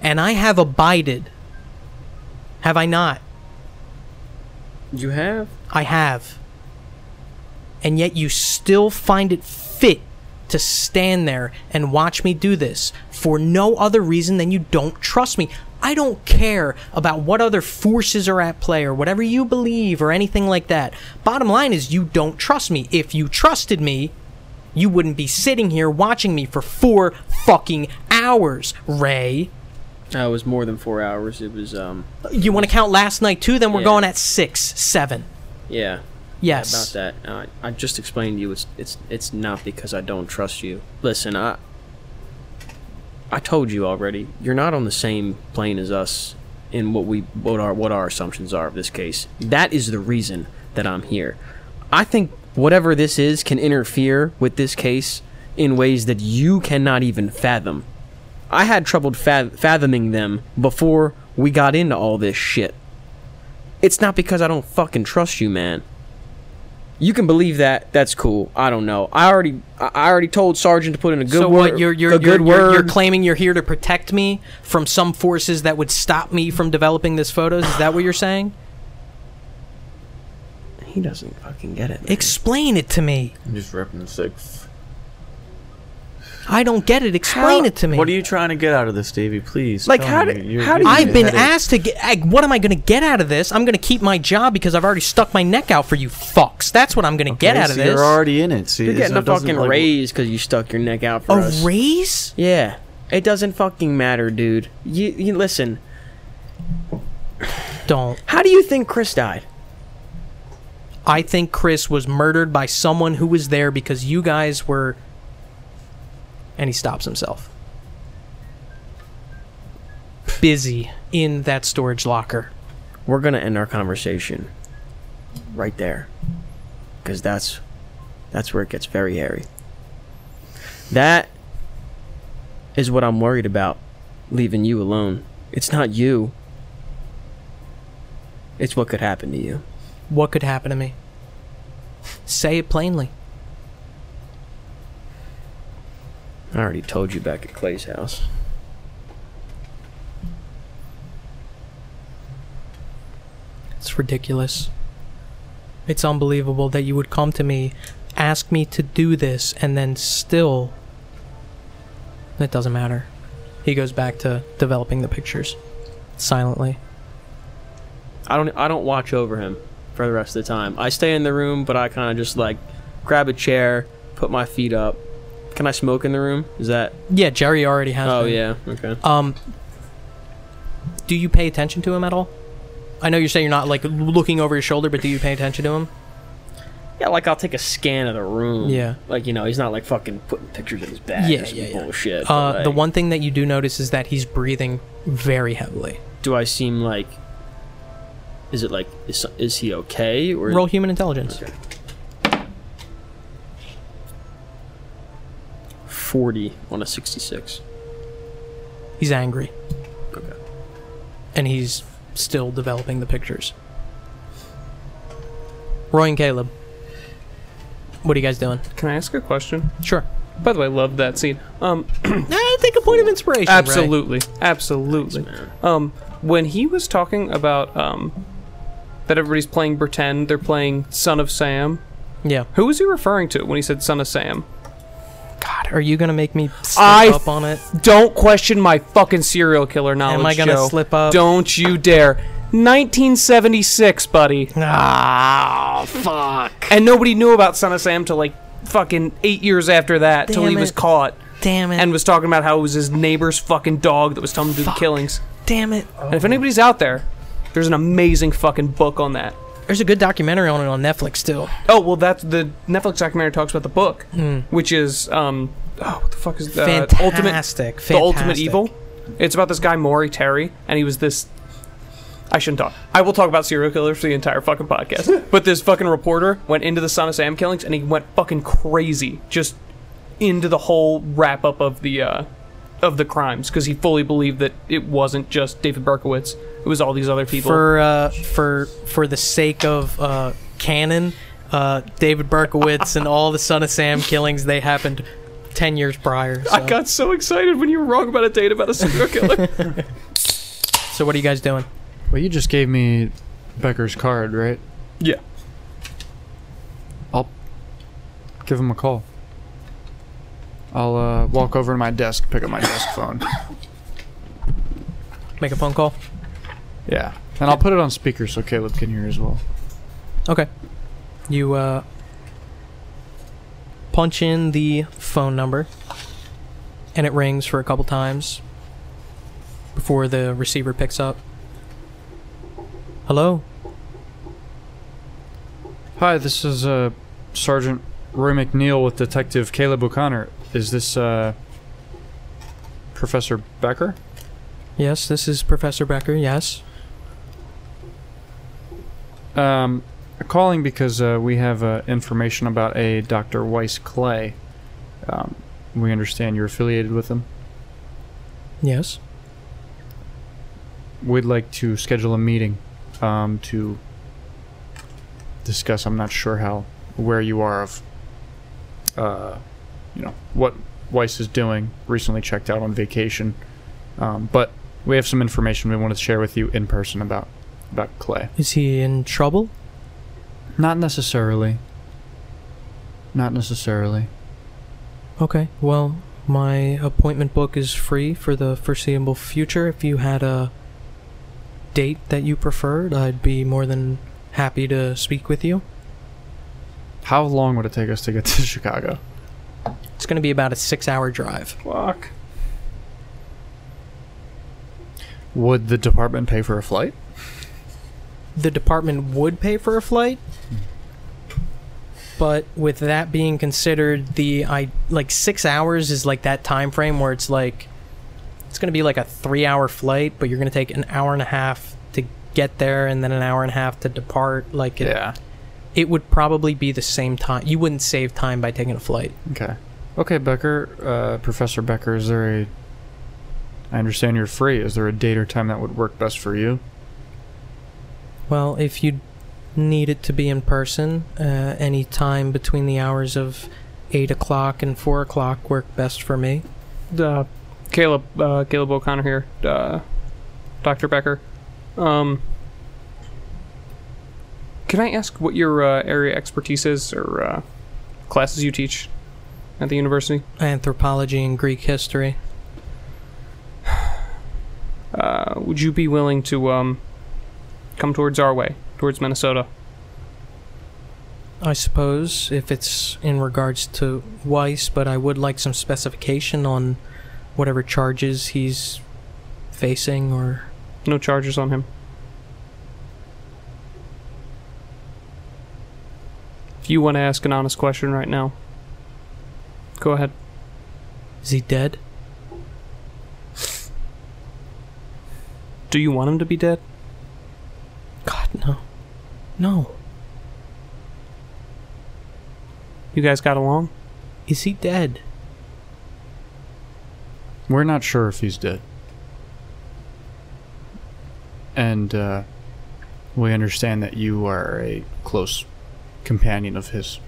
Speaker 2: And I have abided. Have I not?
Speaker 7: You have?
Speaker 2: I have. And yet you still find it fit to stand there and watch me do this for no other reason than you don't trust me. I don't care about what other forces are at play or whatever you believe or anything like that. Bottom line is, you don't trust me. If you trusted me, you wouldn't be sitting here watching me for four fucking hours, Ray.
Speaker 7: Uh, it was more than four hours. It was, um,
Speaker 2: You want to count last night too? Then we're
Speaker 7: Yeah.
Speaker 2: going at six, seven.
Speaker 7: yeah.
Speaker 2: Yes.
Speaker 7: About that. Uh, I just explained to you it's, it's, it's not because I don't trust you. Listen, I. I told you already, you're not on the same plane as us in what we what our what our assumptions are of this case. That is the reason that I'm here. I think whatever this is can interfere with this case in ways that you cannot even fathom. I had trouble fa- fathoming them before we got into all this shit. It's not because I don't fucking trust you, man. You can believe that. That's cool. I don't know. I already, I- I already told Sergeant to put in a good
Speaker 2: so
Speaker 7: word.
Speaker 2: what you're you're,
Speaker 7: a
Speaker 2: you're,
Speaker 7: good
Speaker 2: you're-
Speaker 7: word.
Speaker 2: you're claiming you're here to protect me from some forces that would stop me from developing this photos is that what you're saying
Speaker 7: He doesn't fucking get it.
Speaker 2: explain it to me
Speaker 3: I'm just repping the sixth.
Speaker 2: i don't get it explain it to me
Speaker 3: What are you trying to get out of this, Davey? Please.
Speaker 7: Like,
Speaker 3: tell
Speaker 7: how
Speaker 3: me.
Speaker 7: do-
Speaker 3: You're
Speaker 7: how do
Speaker 3: giving me
Speaker 2: i've
Speaker 3: a
Speaker 2: been
Speaker 3: headache.
Speaker 2: asked to get ag- what am i going to get out of this i'm going to keep my job because i've already stuck my neck out for you fucks that's what i'm going to get
Speaker 3: Okay,
Speaker 2: out of
Speaker 3: so
Speaker 2: this
Speaker 3: You're already in it. See,
Speaker 7: You're
Speaker 3: so
Speaker 7: getting
Speaker 3: it
Speaker 7: a
Speaker 3: doesn't,
Speaker 7: fucking
Speaker 3: like,
Speaker 7: raise because you stuck your neck out for
Speaker 2: a
Speaker 7: us.
Speaker 2: raise
Speaker 7: Yeah, it doesn't fucking matter, dude. You, you listen.
Speaker 2: don't
Speaker 7: How do you think Chris died?
Speaker 2: i think chris was murdered by someone who was there because you guys were and he stops himself busy in that storage locker
Speaker 7: We're gonna end our conversation right there, because that's that's where it gets very hairy. That is what I'm worried about. Leaving you alone. It's not you. It's what could happen to you.
Speaker 2: What could happen to me? Say it plainly.
Speaker 7: I already told you back at Clay's house.
Speaker 2: It's ridiculous. It's unbelievable that you would come to me, ask me to do this, and then still. It doesn't matter. He goes back to developing the pictures silently.
Speaker 7: I don't I don't watch over him for the rest of the time. I stay in the room, but I kind of just like grab a chair, put my feet up. Can I smoke in the room? Is that?
Speaker 2: Yeah, Jerry already has.
Speaker 7: Oh
Speaker 2: been.
Speaker 7: yeah. Okay.
Speaker 2: Um, do you pay attention to him at all? I know you're saying you're not like looking over your shoulder, but do you pay attention to him?
Speaker 7: Yeah, like I'll take a scan of the room.
Speaker 2: Yeah.
Speaker 7: Like you know, he's not like fucking putting pictures in his bag.
Speaker 2: Yeah,
Speaker 7: or some
Speaker 2: yeah, yeah.
Speaker 7: bullshit. but,
Speaker 2: Uh, the
Speaker 7: like,
Speaker 2: one thing that you do notice is that he's breathing very heavily.
Speaker 7: Do I seem like? Is it like is, is he okay or
Speaker 2: Roll human intelligence.
Speaker 7: Okay. forty on a sixty six?
Speaker 2: He's angry.
Speaker 7: Okay.
Speaker 2: and he's still developing the pictures. Roy and Caleb, what are you guys doing?
Speaker 4: Can I ask a question?
Speaker 2: Sure.
Speaker 4: By the way, love that scene. Um,
Speaker 2: I take a point of inspiration. Ray.
Speaker 4: absolutely, absolutely. Um, when he was talking about um, that everybody's playing pretend, they're playing Son of Sam.
Speaker 2: Yeah.
Speaker 4: Who was he referring to when he said Son of Sam?
Speaker 2: God, are you gonna make me slip
Speaker 4: I-
Speaker 2: up on it?
Speaker 4: Don't question my fucking serial killer knowledge.
Speaker 2: Am I gonna
Speaker 4: Joe.
Speaker 2: slip up?
Speaker 4: Don't you dare. 1976, buddy.
Speaker 2: Ah, fuck.
Speaker 4: And nobody knew about Son of Sam till like fucking eight years after that, till he
Speaker 2: Damn
Speaker 4: was
Speaker 2: it.
Speaker 4: caught
Speaker 2: Damn it.
Speaker 4: and was talking about how it was his neighbor's fucking dog that was telling him to do the killings.
Speaker 2: damn it.
Speaker 4: And if anybody's out there, there's an amazing fucking book on that.
Speaker 2: There's a good documentary on it on Netflix too. Hmm.
Speaker 4: Oh well, that's the Netflix documentary talks about the book, which is um, oh, what Uh, the fuck is that?
Speaker 2: fantastic.
Speaker 4: Ultimate
Speaker 2: fantastic.
Speaker 4: the ultimate evil. It's about this guy Maury Terry, and he was this. I shouldn't talk. I will talk about serial killers for the entire fucking podcast. but this fucking reporter went into the Son of Sam killings, and he went fucking crazy, just into the whole wrap up of the uh,
Speaker 8: of the crimes because he fully believed that it wasn't just David Berkowitz; it was all these other people.
Speaker 2: for uh, for for the sake of uh, canon, uh, David Berkowitz and all the Son of Sam killings they happened ten years prior. So,
Speaker 8: I got so excited when you were wrong about a date about a serial killer.
Speaker 2: so what are you guys doing?
Speaker 9: Well, you just gave me Becker's card, right?
Speaker 8: Yeah.
Speaker 9: I'll give him a call. I'll uh, walk over to my desk, pick up my desk phone.
Speaker 2: Make a phone call.
Speaker 9: Yeah. And I'll put it on speaker so Caleb can hear as well.
Speaker 2: You uh, punch in the phone number, and it rings for a couple times before the receiver picks up. Hello.
Speaker 9: Hi, this is uh, Sergeant Roy McNeil with Detective Caleb O'Connor. Is this uh, Professor Becker?
Speaker 2: Yes, this is Professor Becker. Yes.
Speaker 9: Um, calling because uh, we have uh, information about a Dr. Weiss Clay. Um, we understand you're affiliated with him.
Speaker 2: Yes.
Speaker 9: We'd like to schedule a meeting um, to discuss. I'm not sure how aware you are of, uh, you know, what Weiss is doing. Recently checked out on vacation, um, but we have some information we want to share with you in person about about Clay.
Speaker 2: Is he in trouble?
Speaker 9: Not necessarily. Not necessarily.
Speaker 2: Okay. Well, my appointment book is free for the foreseeable future. If you had a date that you preferred, I'd be more than happy to speak with you.
Speaker 9: How long would it take us to get to Chicago?
Speaker 2: It's going to be about a six hour drive.
Speaker 8: Fuck.
Speaker 9: Would the department pay for a flight?
Speaker 2: The department would pay for a flight. But with that being considered, the I like six hours is like that time frame where it's like it's gonna be like a three hour flight, but you're gonna take an hour and a half to get there and then an hour and a half to depart. Like it,
Speaker 9: Yeah.
Speaker 2: it would probably be the same time. You wouldn't save time by taking a flight.
Speaker 9: Okay. Okay, Becker, uh, Professor Becker, is there a. I understand you're free. Is there a date or time that would work best for you?
Speaker 2: Well, if you need it to be in person, uh, any time between the hours of eight o'clock and four o'clock work best for me.
Speaker 8: Uh, Caleb, uh, Caleb O'Connor here, uh, Doctor Becker. Um, can I ask what your uh, area expertise is or uh, classes you teach at the university?
Speaker 2: Anthropology and Greek history.
Speaker 8: Uh, would you be willing to um, come towards our way, towards Minnesota?
Speaker 2: I suppose if it's in regards to Weiss, but I would like some specification on whatever charges he's facing or
Speaker 8: No charges on him. If you want to ask an honest question right now, go ahead.
Speaker 2: is he dead?
Speaker 8: Do you want him to be dead?
Speaker 2: God no. No.
Speaker 8: You guys got along?
Speaker 2: Is he dead?
Speaker 9: We're not sure if he's dead. And uh, we understand that you are a close companion of his.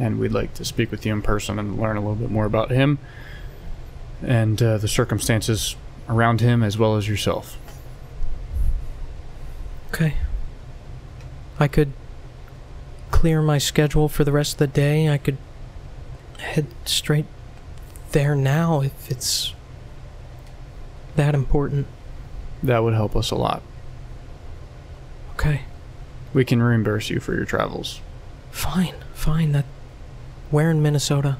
Speaker 9: And we'd like to speak with you in person and learn a little bit more about him and uh, the circumstances around him as well as yourself.
Speaker 2: Okay. I could clear my schedule for the rest of the day. I could head straight there now if it's that important.
Speaker 9: That would help us a lot.
Speaker 2: Okay.
Speaker 9: We can reimburse you for your travels.
Speaker 2: Fine. Fine. That where in Minnesota?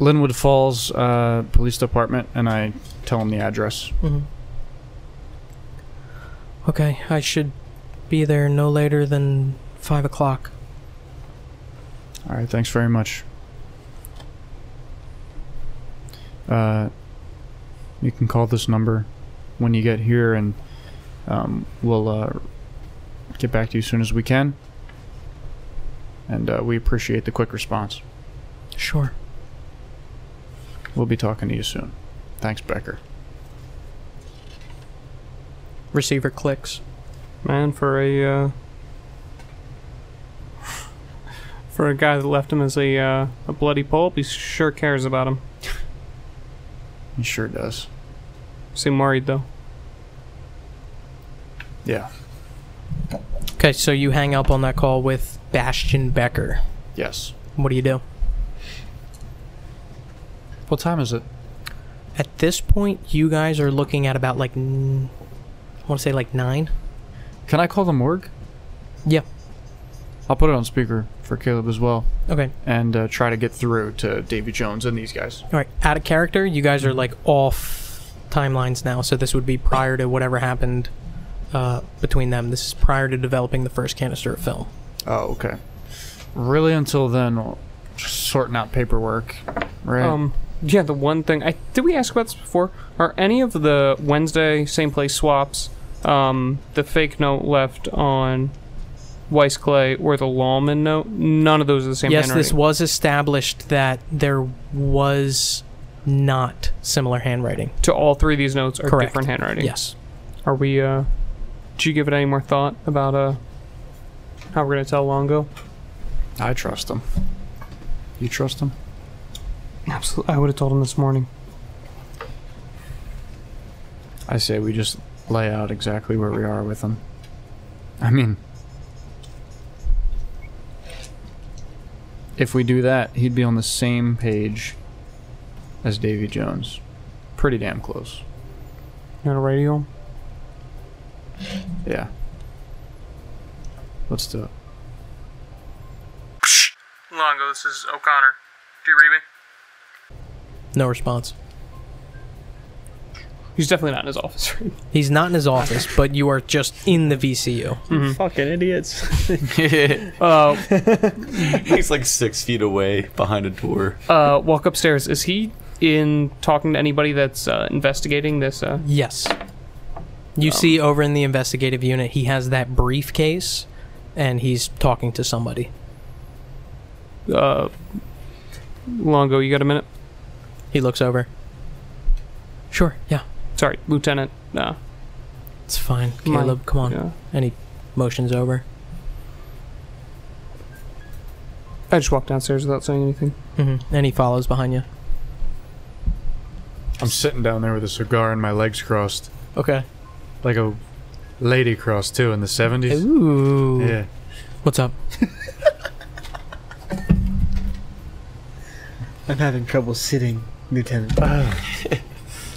Speaker 9: Linwood Falls uh, Police Department, and I tell him the address.
Speaker 2: hmm Okay, I should be there no later than five o'clock.
Speaker 9: All right, thanks very much. Uh, you can call this number when you get here, and um, we'll uh, get back to you as soon as we can. And uh, we appreciate the quick response.
Speaker 2: Sure.
Speaker 9: We'll be talking to you soon. Thanks, Becker.
Speaker 2: Receiver clicks.
Speaker 4: Man, for a uh, for a guy that left him as a uh, a bloody pulp, he sure cares about him.
Speaker 9: He sure does.
Speaker 4: Seem worried though.
Speaker 9: Yeah.
Speaker 2: Okay, so you hang up on that call with Bastion Becker.
Speaker 9: Yes.
Speaker 2: What do you do?
Speaker 9: What time is it?
Speaker 2: At this point, you guys are looking at about like, n- I want to say like nine.
Speaker 9: Can I call the morgue?
Speaker 2: Yeah.
Speaker 9: I'll put it on speaker for Caleb as well
Speaker 2: Okay.
Speaker 9: and uh, try to get through to Davy Jones and these guys.
Speaker 2: All right. Out of character, you guys are like off timelines now. So this would be prior to whatever happened uh, between them. This is prior to developing the first canister of film.
Speaker 9: Oh, okay. Really, until then, we'll just sorting out paperwork, right?
Speaker 4: Um, yeah, the one thing I did we ask about this before? Are any of the Wednesday same place swaps, um, the fake note left on Weiss Clay or the Lawman note? None of those are the same.
Speaker 2: yes, this
Speaker 4: handwriting.
Speaker 2: was established that there was not similar handwriting.
Speaker 4: to all three of these notes are
Speaker 2: Correct.
Speaker 4: different handwriting.
Speaker 2: Yes.
Speaker 4: Are we? uh Did you give it any more thought about uh how we're gonna tell Longo?
Speaker 9: I trust them. You trust them?
Speaker 4: Absolutely, I would have told him this morning.
Speaker 9: I say we just lay out exactly where we are with them. I mean, if we do that, he'd be on the same page as Davy Jones. Pretty damn close.
Speaker 4: You know, radio.
Speaker 9: Yeah. Let's do it.
Speaker 4: Longo, this is O'Connor. Do you read me?
Speaker 2: No response.
Speaker 4: He's definitely not in his office right
Speaker 2: He's not in his office, but you are just in the VCU.
Speaker 7: Fucking idiots.
Speaker 4: Uh,
Speaker 3: He's like six feet away behind a door.
Speaker 4: uh, walk upstairs. Is he in talking to anybody that's uh, investigating this? Uh,
Speaker 2: Yes. You see over in the investigative unit, he has that briefcase and he's talking to somebody.
Speaker 4: uh, Longo, you got a minute?
Speaker 2: He looks over. Sure, yeah,
Speaker 4: Sorry, Lieutenant. Uh,
Speaker 2: it's fine.
Speaker 4: Mine.
Speaker 2: Caleb, come on.
Speaker 4: yeah.
Speaker 2: And he motions over.
Speaker 4: I just walked downstairs without saying anything.
Speaker 2: hmm And he follows behind you.
Speaker 9: I'm sitting down there with a cigar and my legs crossed.
Speaker 2: Okay.
Speaker 9: Like a lady cross, too, in the 70s.
Speaker 2: Ooh.
Speaker 9: Yeah.
Speaker 2: What's up?
Speaker 7: I'm having trouble sitting, Lieutenant.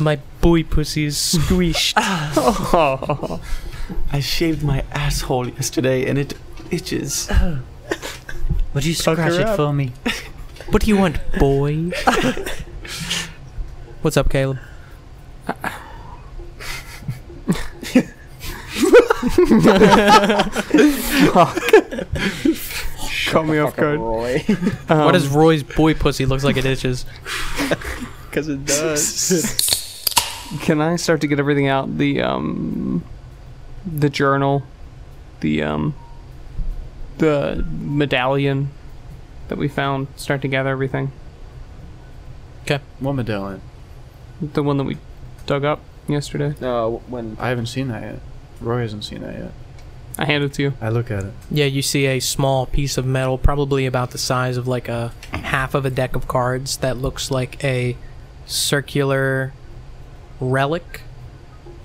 Speaker 2: My boy pussy is squished.
Speaker 3: Oh.
Speaker 6: I shaved my asshole yesterday and it itches.
Speaker 5: Would you scratch it for me?
Speaker 2: what do you want, boy? What's up, Caleb?
Speaker 4: Caught me off guard.
Speaker 2: Why does Roy's boy pussy looks like it itches?
Speaker 7: Because it does.
Speaker 4: Can I start to get everything out? The um, the journal, the um, the medallion that we found. Start to gather everything.
Speaker 9: What medallion?
Speaker 4: The one that we dug up yesterday.
Speaker 7: No, when
Speaker 9: I haven't seen that yet. Roy hasn't seen that yet.
Speaker 4: I handed it to you.
Speaker 9: I look at it.
Speaker 2: Yeah, you see a small piece of metal, probably about the size of like a half of a deck of cards, that looks like a circular relic,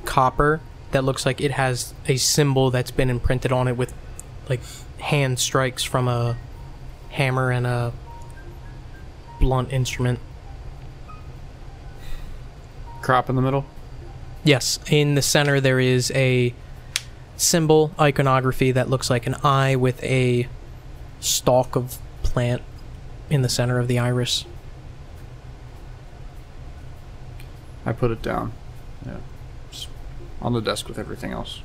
Speaker 2: copper, that looks like it has a symbol that's been imprinted on it with like hand strikes from a hammer and a blunt instrument.
Speaker 9: Crop in the middle?
Speaker 2: Yes, in the center there is a symbol iconography that looks like an eye with a stalk of plant in the center of the iris.
Speaker 9: I put it down. Yeah. Just on the desk with everything else.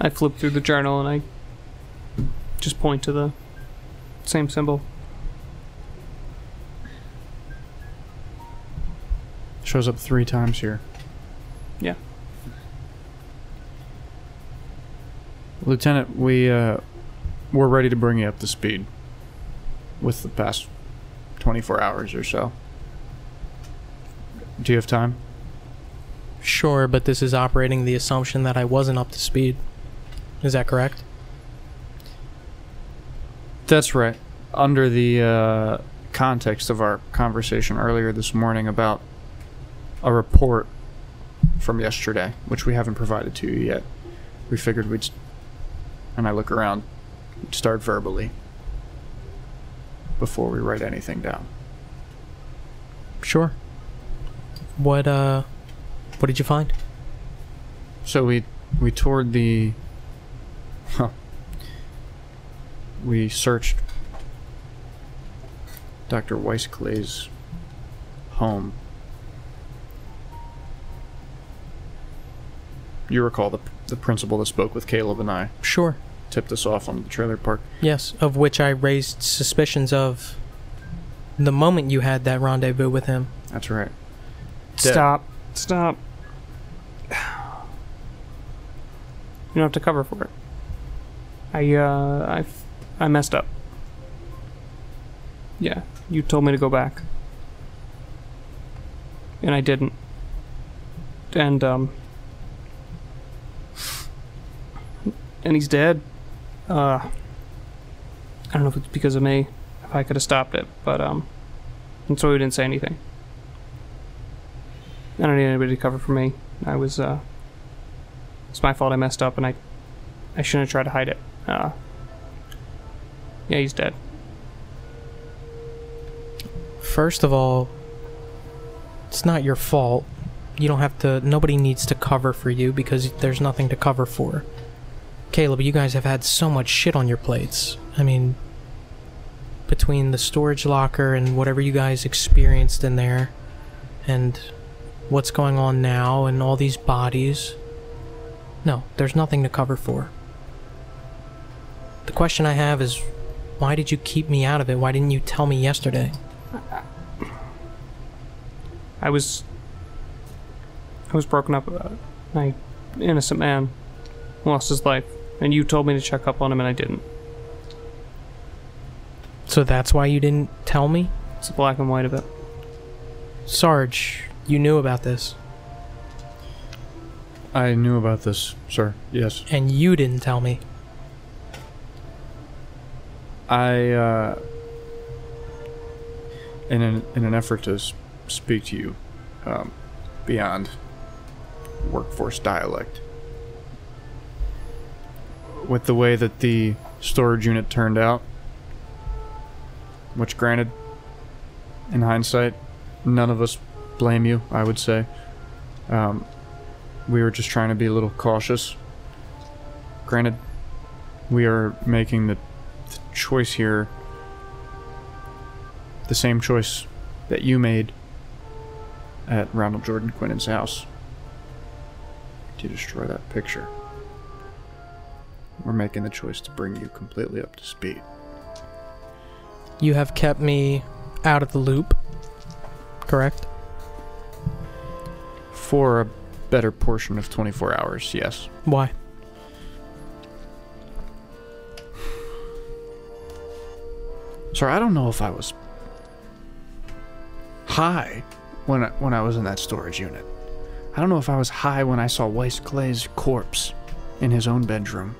Speaker 4: I flip through the journal and I just point to the same symbol.
Speaker 9: Shows up three times here.
Speaker 4: Yeah.
Speaker 9: Lieutenant, we uh, we're ready to bring you up to speed with the past 24 hours or so. Do you have time?
Speaker 2: Sure, but this is operating the assumption that I wasn't up to speed. Is that correct?
Speaker 9: That's right. Under the uh, context of our conversation earlier this morning about a report from yesterday, which we haven't provided to you yet, we figured we'd. s- And I look around, we'd start verbally before we write anything down.
Speaker 2: Sure. What uh what did you find?
Speaker 9: So we we toured the. Huh. We searched Dr. Weiss Clay's home. You recall the the principal that spoke with Caleb and I
Speaker 2: Sure.
Speaker 9: tipped us off on the trailer park.
Speaker 2: Yes, of which I raised suspicions of the moment you had that rendezvous with him.
Speaker 9: That's right.
Speaker 4: Stop. Stop. You don't have to cover for it. I, uh, I, f- I messed up. Yeah, you told me to go back. And I didn't. And, um. And he's dead. Uh. I don't know if it's because of me, if I could have stopped it, but, um. And so we didn't say anything. I don't need anybody to cover for me. I was, uh, it's my fault I messed up and I, I shouldn't have tried to hide it. Uh, yeah, he's dead.
Speaker 2: First of all, it's not your fault. You don't have to nobody needs to cover for you because there's nothing to cover for. Caleb, you guys have had so much shit on your plates. I mean, between the storage locker and whatever you guys experienced in there and what's going on now and all these bodies. No, there's nothing to cover for. The question I have is why did you keep me out of it? Why didn't you tell me yesterday?
Speaker 4: I was, I was broken up about it. I, innocent man, lost his life. And you told me to check up on him and I didn't.
Speaker 2: So that's why you didn't tell me?
Speaker 4: It's the black and white of it.
Speaker 2: Sarge, you knew about this,
Speaker 9: I knew about this, sir. Yes.
Speaker 2: and you didn't tell me.
Speaker 9: I, uh, in an, in an effort to s- speak to you um, beyond workforce dialect, with the way that the storage unit turned out, which, granted, in hindsight, none of us blame you, I would say. Um, we were just trying to be a little cautious. Granted, we are making the the choice here the same choice that you made at Ronald Jordan Quinnan's house to destroy that picture. We're making the choice to bring you completely up to speed.
Speaker 2: You have kept me out of the loop, correct?
Speaker 9: For a better portion of 24 hours, yes.
Speaker 2: Why?
Speaker 9: Sir, I don't know if I was high when I, when I was in that storage unit. I don't know if I was high when I saw Weiss Clay's corpse in his own bedroom,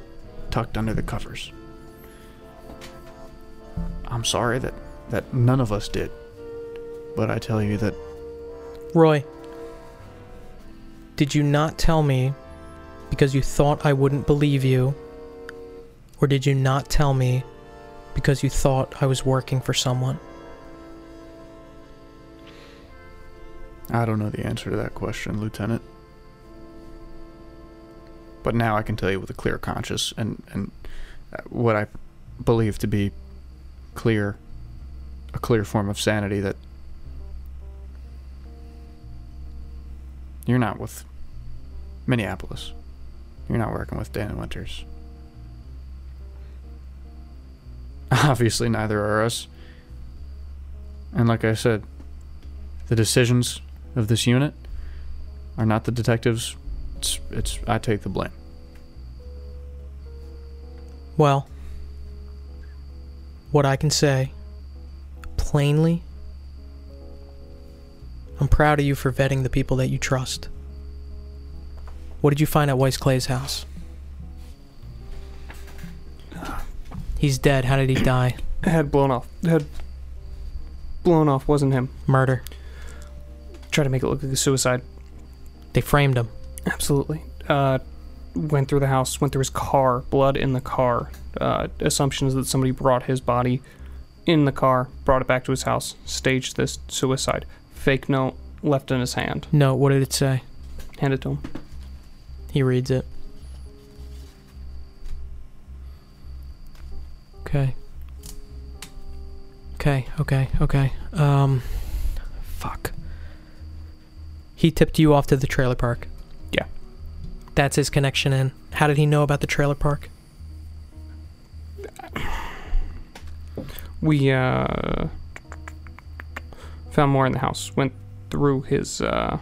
Speaker 9: tucked under the covers. I'm sorry that, that none of us did, but I tell you that
Speaker 2: Roy, did you not tell me because you thought I wouldn't believe you? Or did you not tell me because you thought I was working for someone?
Speaker 9: I don't know the answer to that question, Lieutenant. But now I can tell you with a clear conscience and, and uh, what I believe to be clear, a clear form of sanity that you're not with Minneapolis. You're not working with Dan Winters. Obviously, neither are us. And like I said, the decisions of this unit are not the detectives. It's, it's I take the blame.
Speaker 2: Well, what I can say plainly I'm proud of you for vetting the people that you trust. What did you find at Weiss Clay's house? He's dead. How did he die?
Speaker 4: Head blown off. Head blown off wasn't him.
Speaker 2: Murder.
Speaker 4: Try to make it look like a suicide.
Speaker 2: They framed him.
Speaker 4: Absolutely. Uh, went through the house, went through his car, blood in the car. Uh, assumptions that somebody brought his body in the car, brought it back to his house, staged this suicide. Fake note left in his hand.
Speaker 2: No, what did it say?
Speaker 4: Hand it to him.
Speaker 2: He reads it. Okay. Okay, okay, okay. Um fuck. He tipped you off to the trailer park.
Speaker 4: Yeah.
Speaker 2: That's his connection in. How did he know about the trailer park?
Speaker 4: We uh, found more in the house. Went through his uh,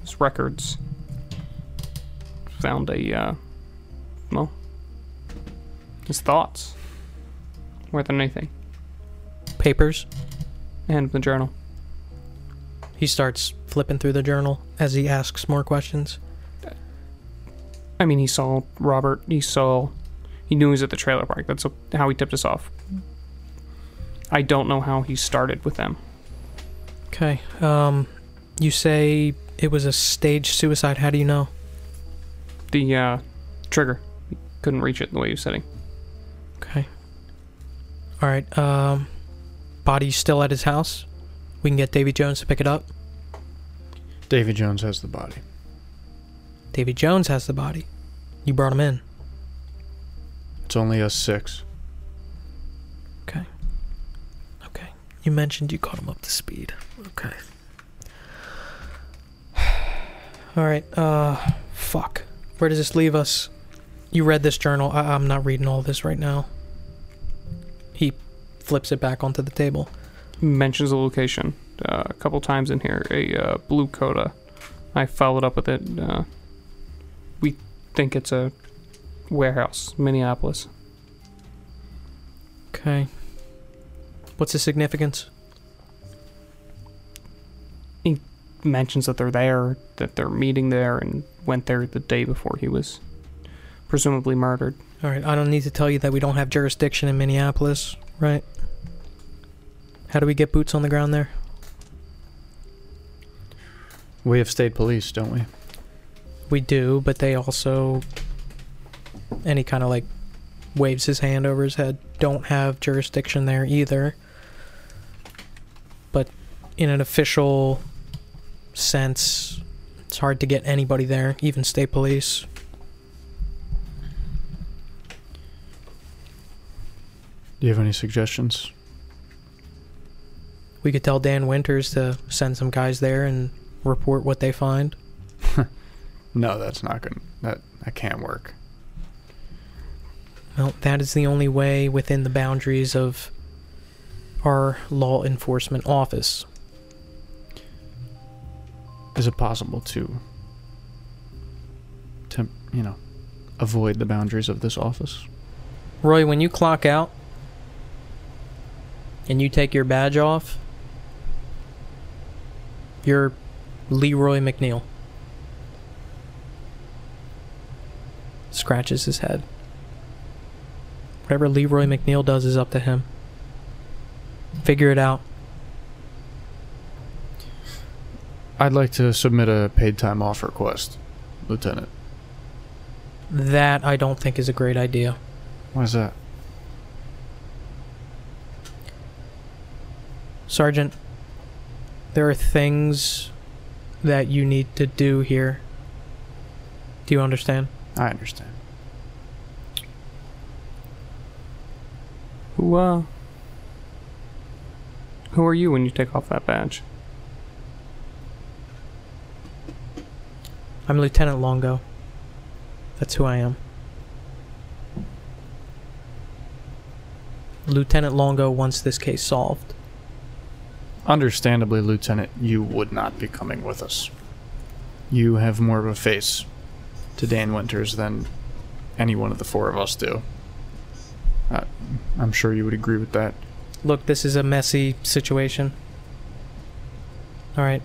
Speaker 4: his records. Found a uh, well, his thoughts more than anything,
Speaker 2: Papers.
Speaker 4: and the journal.
Speaker 2: He starts flipping through the journal as he asks more questions.
Speaker 4: I mean, he saw Robert. He saw. He knew he was at the trailer park. That's how he tipped us off. I don't know how he started with them.
Speaker 2: Okay. Um you say it was a staged suicide. How do you know?
Speaker 4: The uh, trigger. He couldn't reach it the way he was sitting.
Speaker 2: Okay. All right. Um, body's still at his house. We can get Davy Jones to pick it up.
Speaker 9: Davy Jones has the body.
Speaker 2: Davy Jones has the body. You brought him in.
Speaker 9: It's only us six.
Speaker 2: Okay. You mentioned you caught him up to speed. Okay. All right. Uh, fuck. Where does this leave us? You read this journal. I- I'm not reading all this right now. He flips it back onto the table.
Speaker 4: Mentions the location uh, a couple times in here. A uh, blue coda. I followed up with it. Uh, we think it's a warehouse, Minneapolis.
Speaker 2: Okay. What's the significance?
Speaker 4: mentions that they're there, that they're meeting there, and went there the day before he was presumably murdered.
Speaker 2: All right, I don't need to tell you that we don't have jurisdiction in Minneapolis, right? How do we get boots on the ground there?
Speaker 9: We have state police, don't we?
Speaker 2: We do, but they also and he kind of like waves his hand over his head. Don't have jurisdiction there either. But in an official sense, it's hard to get anybody there, even state police.
Speaker 9: Do you have any suggestions?
Speaker 2: We could tell Dan Winters to send some guys there and report what they find.
Speaker 9: No, that's not going. to That that can't work.
Speaker 2: Well, that is the only way within the boundaries of our law enforcement office.
Speaker 9: Is it possible to, to you know, avoid the boundaries of this office?
Speaker 2: Roy, when you clock out and you take your badge off, you're Leroy McNeil. Scratches his head. Whatever Leroy McNeil does is up to him. Figure it out.
Speaker 9: I'd like to submit a paid time off request, Lieutenant.
Speaker 2: That I don't think is a great idea.
Speaker 9: Why is that?
Speaker 2: Sergeant, there are things that you need to do here. Do you understand?
Speaker 9: I understand.
Speaker 4: Who, uh. Who are you when you take off that badge?
Speaker 2: I'm Lieutenant Longo. That's who I am. Lieutenant Longo wants this case solved.
Speaker 9: Understandably, Lieutenant, you would not be coming with us. You have more of a face to Dan Winters than any one of the four of us do. Uh, I'm sure you would agree with that.
Speaker 2: Look, this is a messy situation. Alright.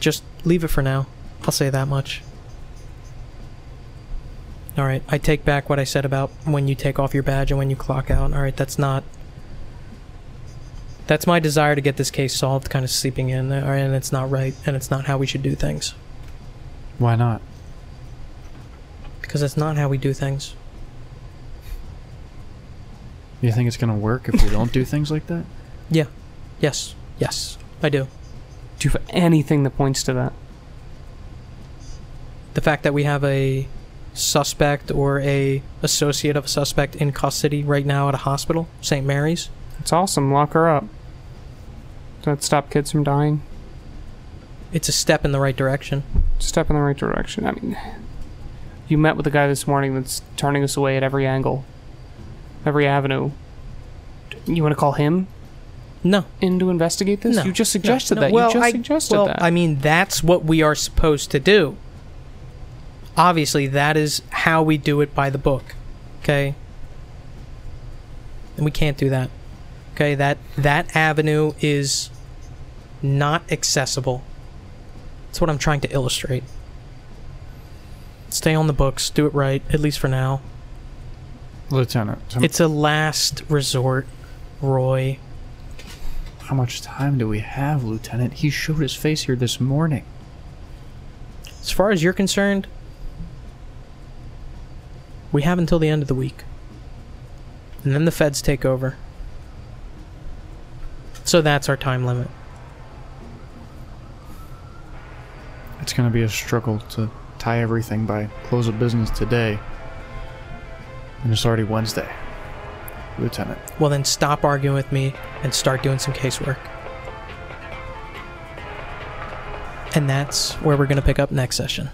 Speaker 2: Just leave it for now. I'll say that much. All right, I take back what I said about when you take off your badge and when you clock out. All right, that's not. That's my desire to get this case solved, kind of seeping in, all right, and it's not right, and it's not how we should do things.
Speaker 9: Why not?
Speaker 2: Because that's not how we do things.
Speaker 9: You think it's gonna work if we don't do things like that?
Speaker 2: Yes, yes, I do.
Speaker 4: Do you have anything that points to that?
Speaker 2: the fact that we have a suspect or a associate of a suspect in custody right now at a hospital, St. Mary's.
Speaker 4: It's awesome. Lock her up. Does that stop kids from dying?
Speaker 2: It's a step in the right direction.
Speaker 4: Step in the right direction. I mean, you met with a guy this morning that's turning us away at every angle, every avenue. You want to call him
Speaker 2: No,
Speaker 4: in to investigate this?
Speaker 2: No.
Speaker 4: You just suggested
Speaker 2: no,
Speaker 4: that.
Speaker 2: well,
Speaker 4: you just
Speaker 2: I-
Speaker 4: suggested
Speaker 2: well,
Speaker 4: that.
Speaker 2: I mean that's what we are supposed to do. Obviously, that is how we do it by the book. Okay? And we can't do that. Okay, that that avenue is not accessible. That's what I'm trying to illustrate. Stay on the books, do it right, at least for now.
Speaker 9: Lieutenant, so
Speaker 2: It's a last resort, Roy.
Speaker 9: how much time do we have, Lieutenant? He showed his face here this morning.
Speaker 2: As far as you're concerned, we have until the end of the week. And then the feds take over. So that's our time limit.
Speaker 9: It's gonna be a struggle to tie everything by close of business today. And it's already Wednesday. Lieutenant.
Speaker 2: Well, then stop arguing with me and start doing some casework. And that's where we're going to pick up next session.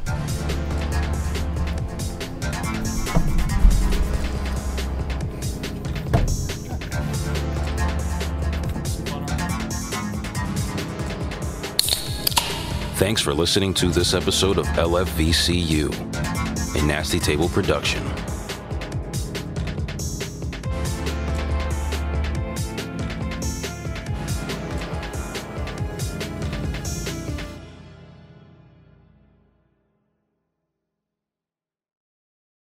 Speaker 1: Thanks for listening to this episode of LFVCU, a Nasty Table production.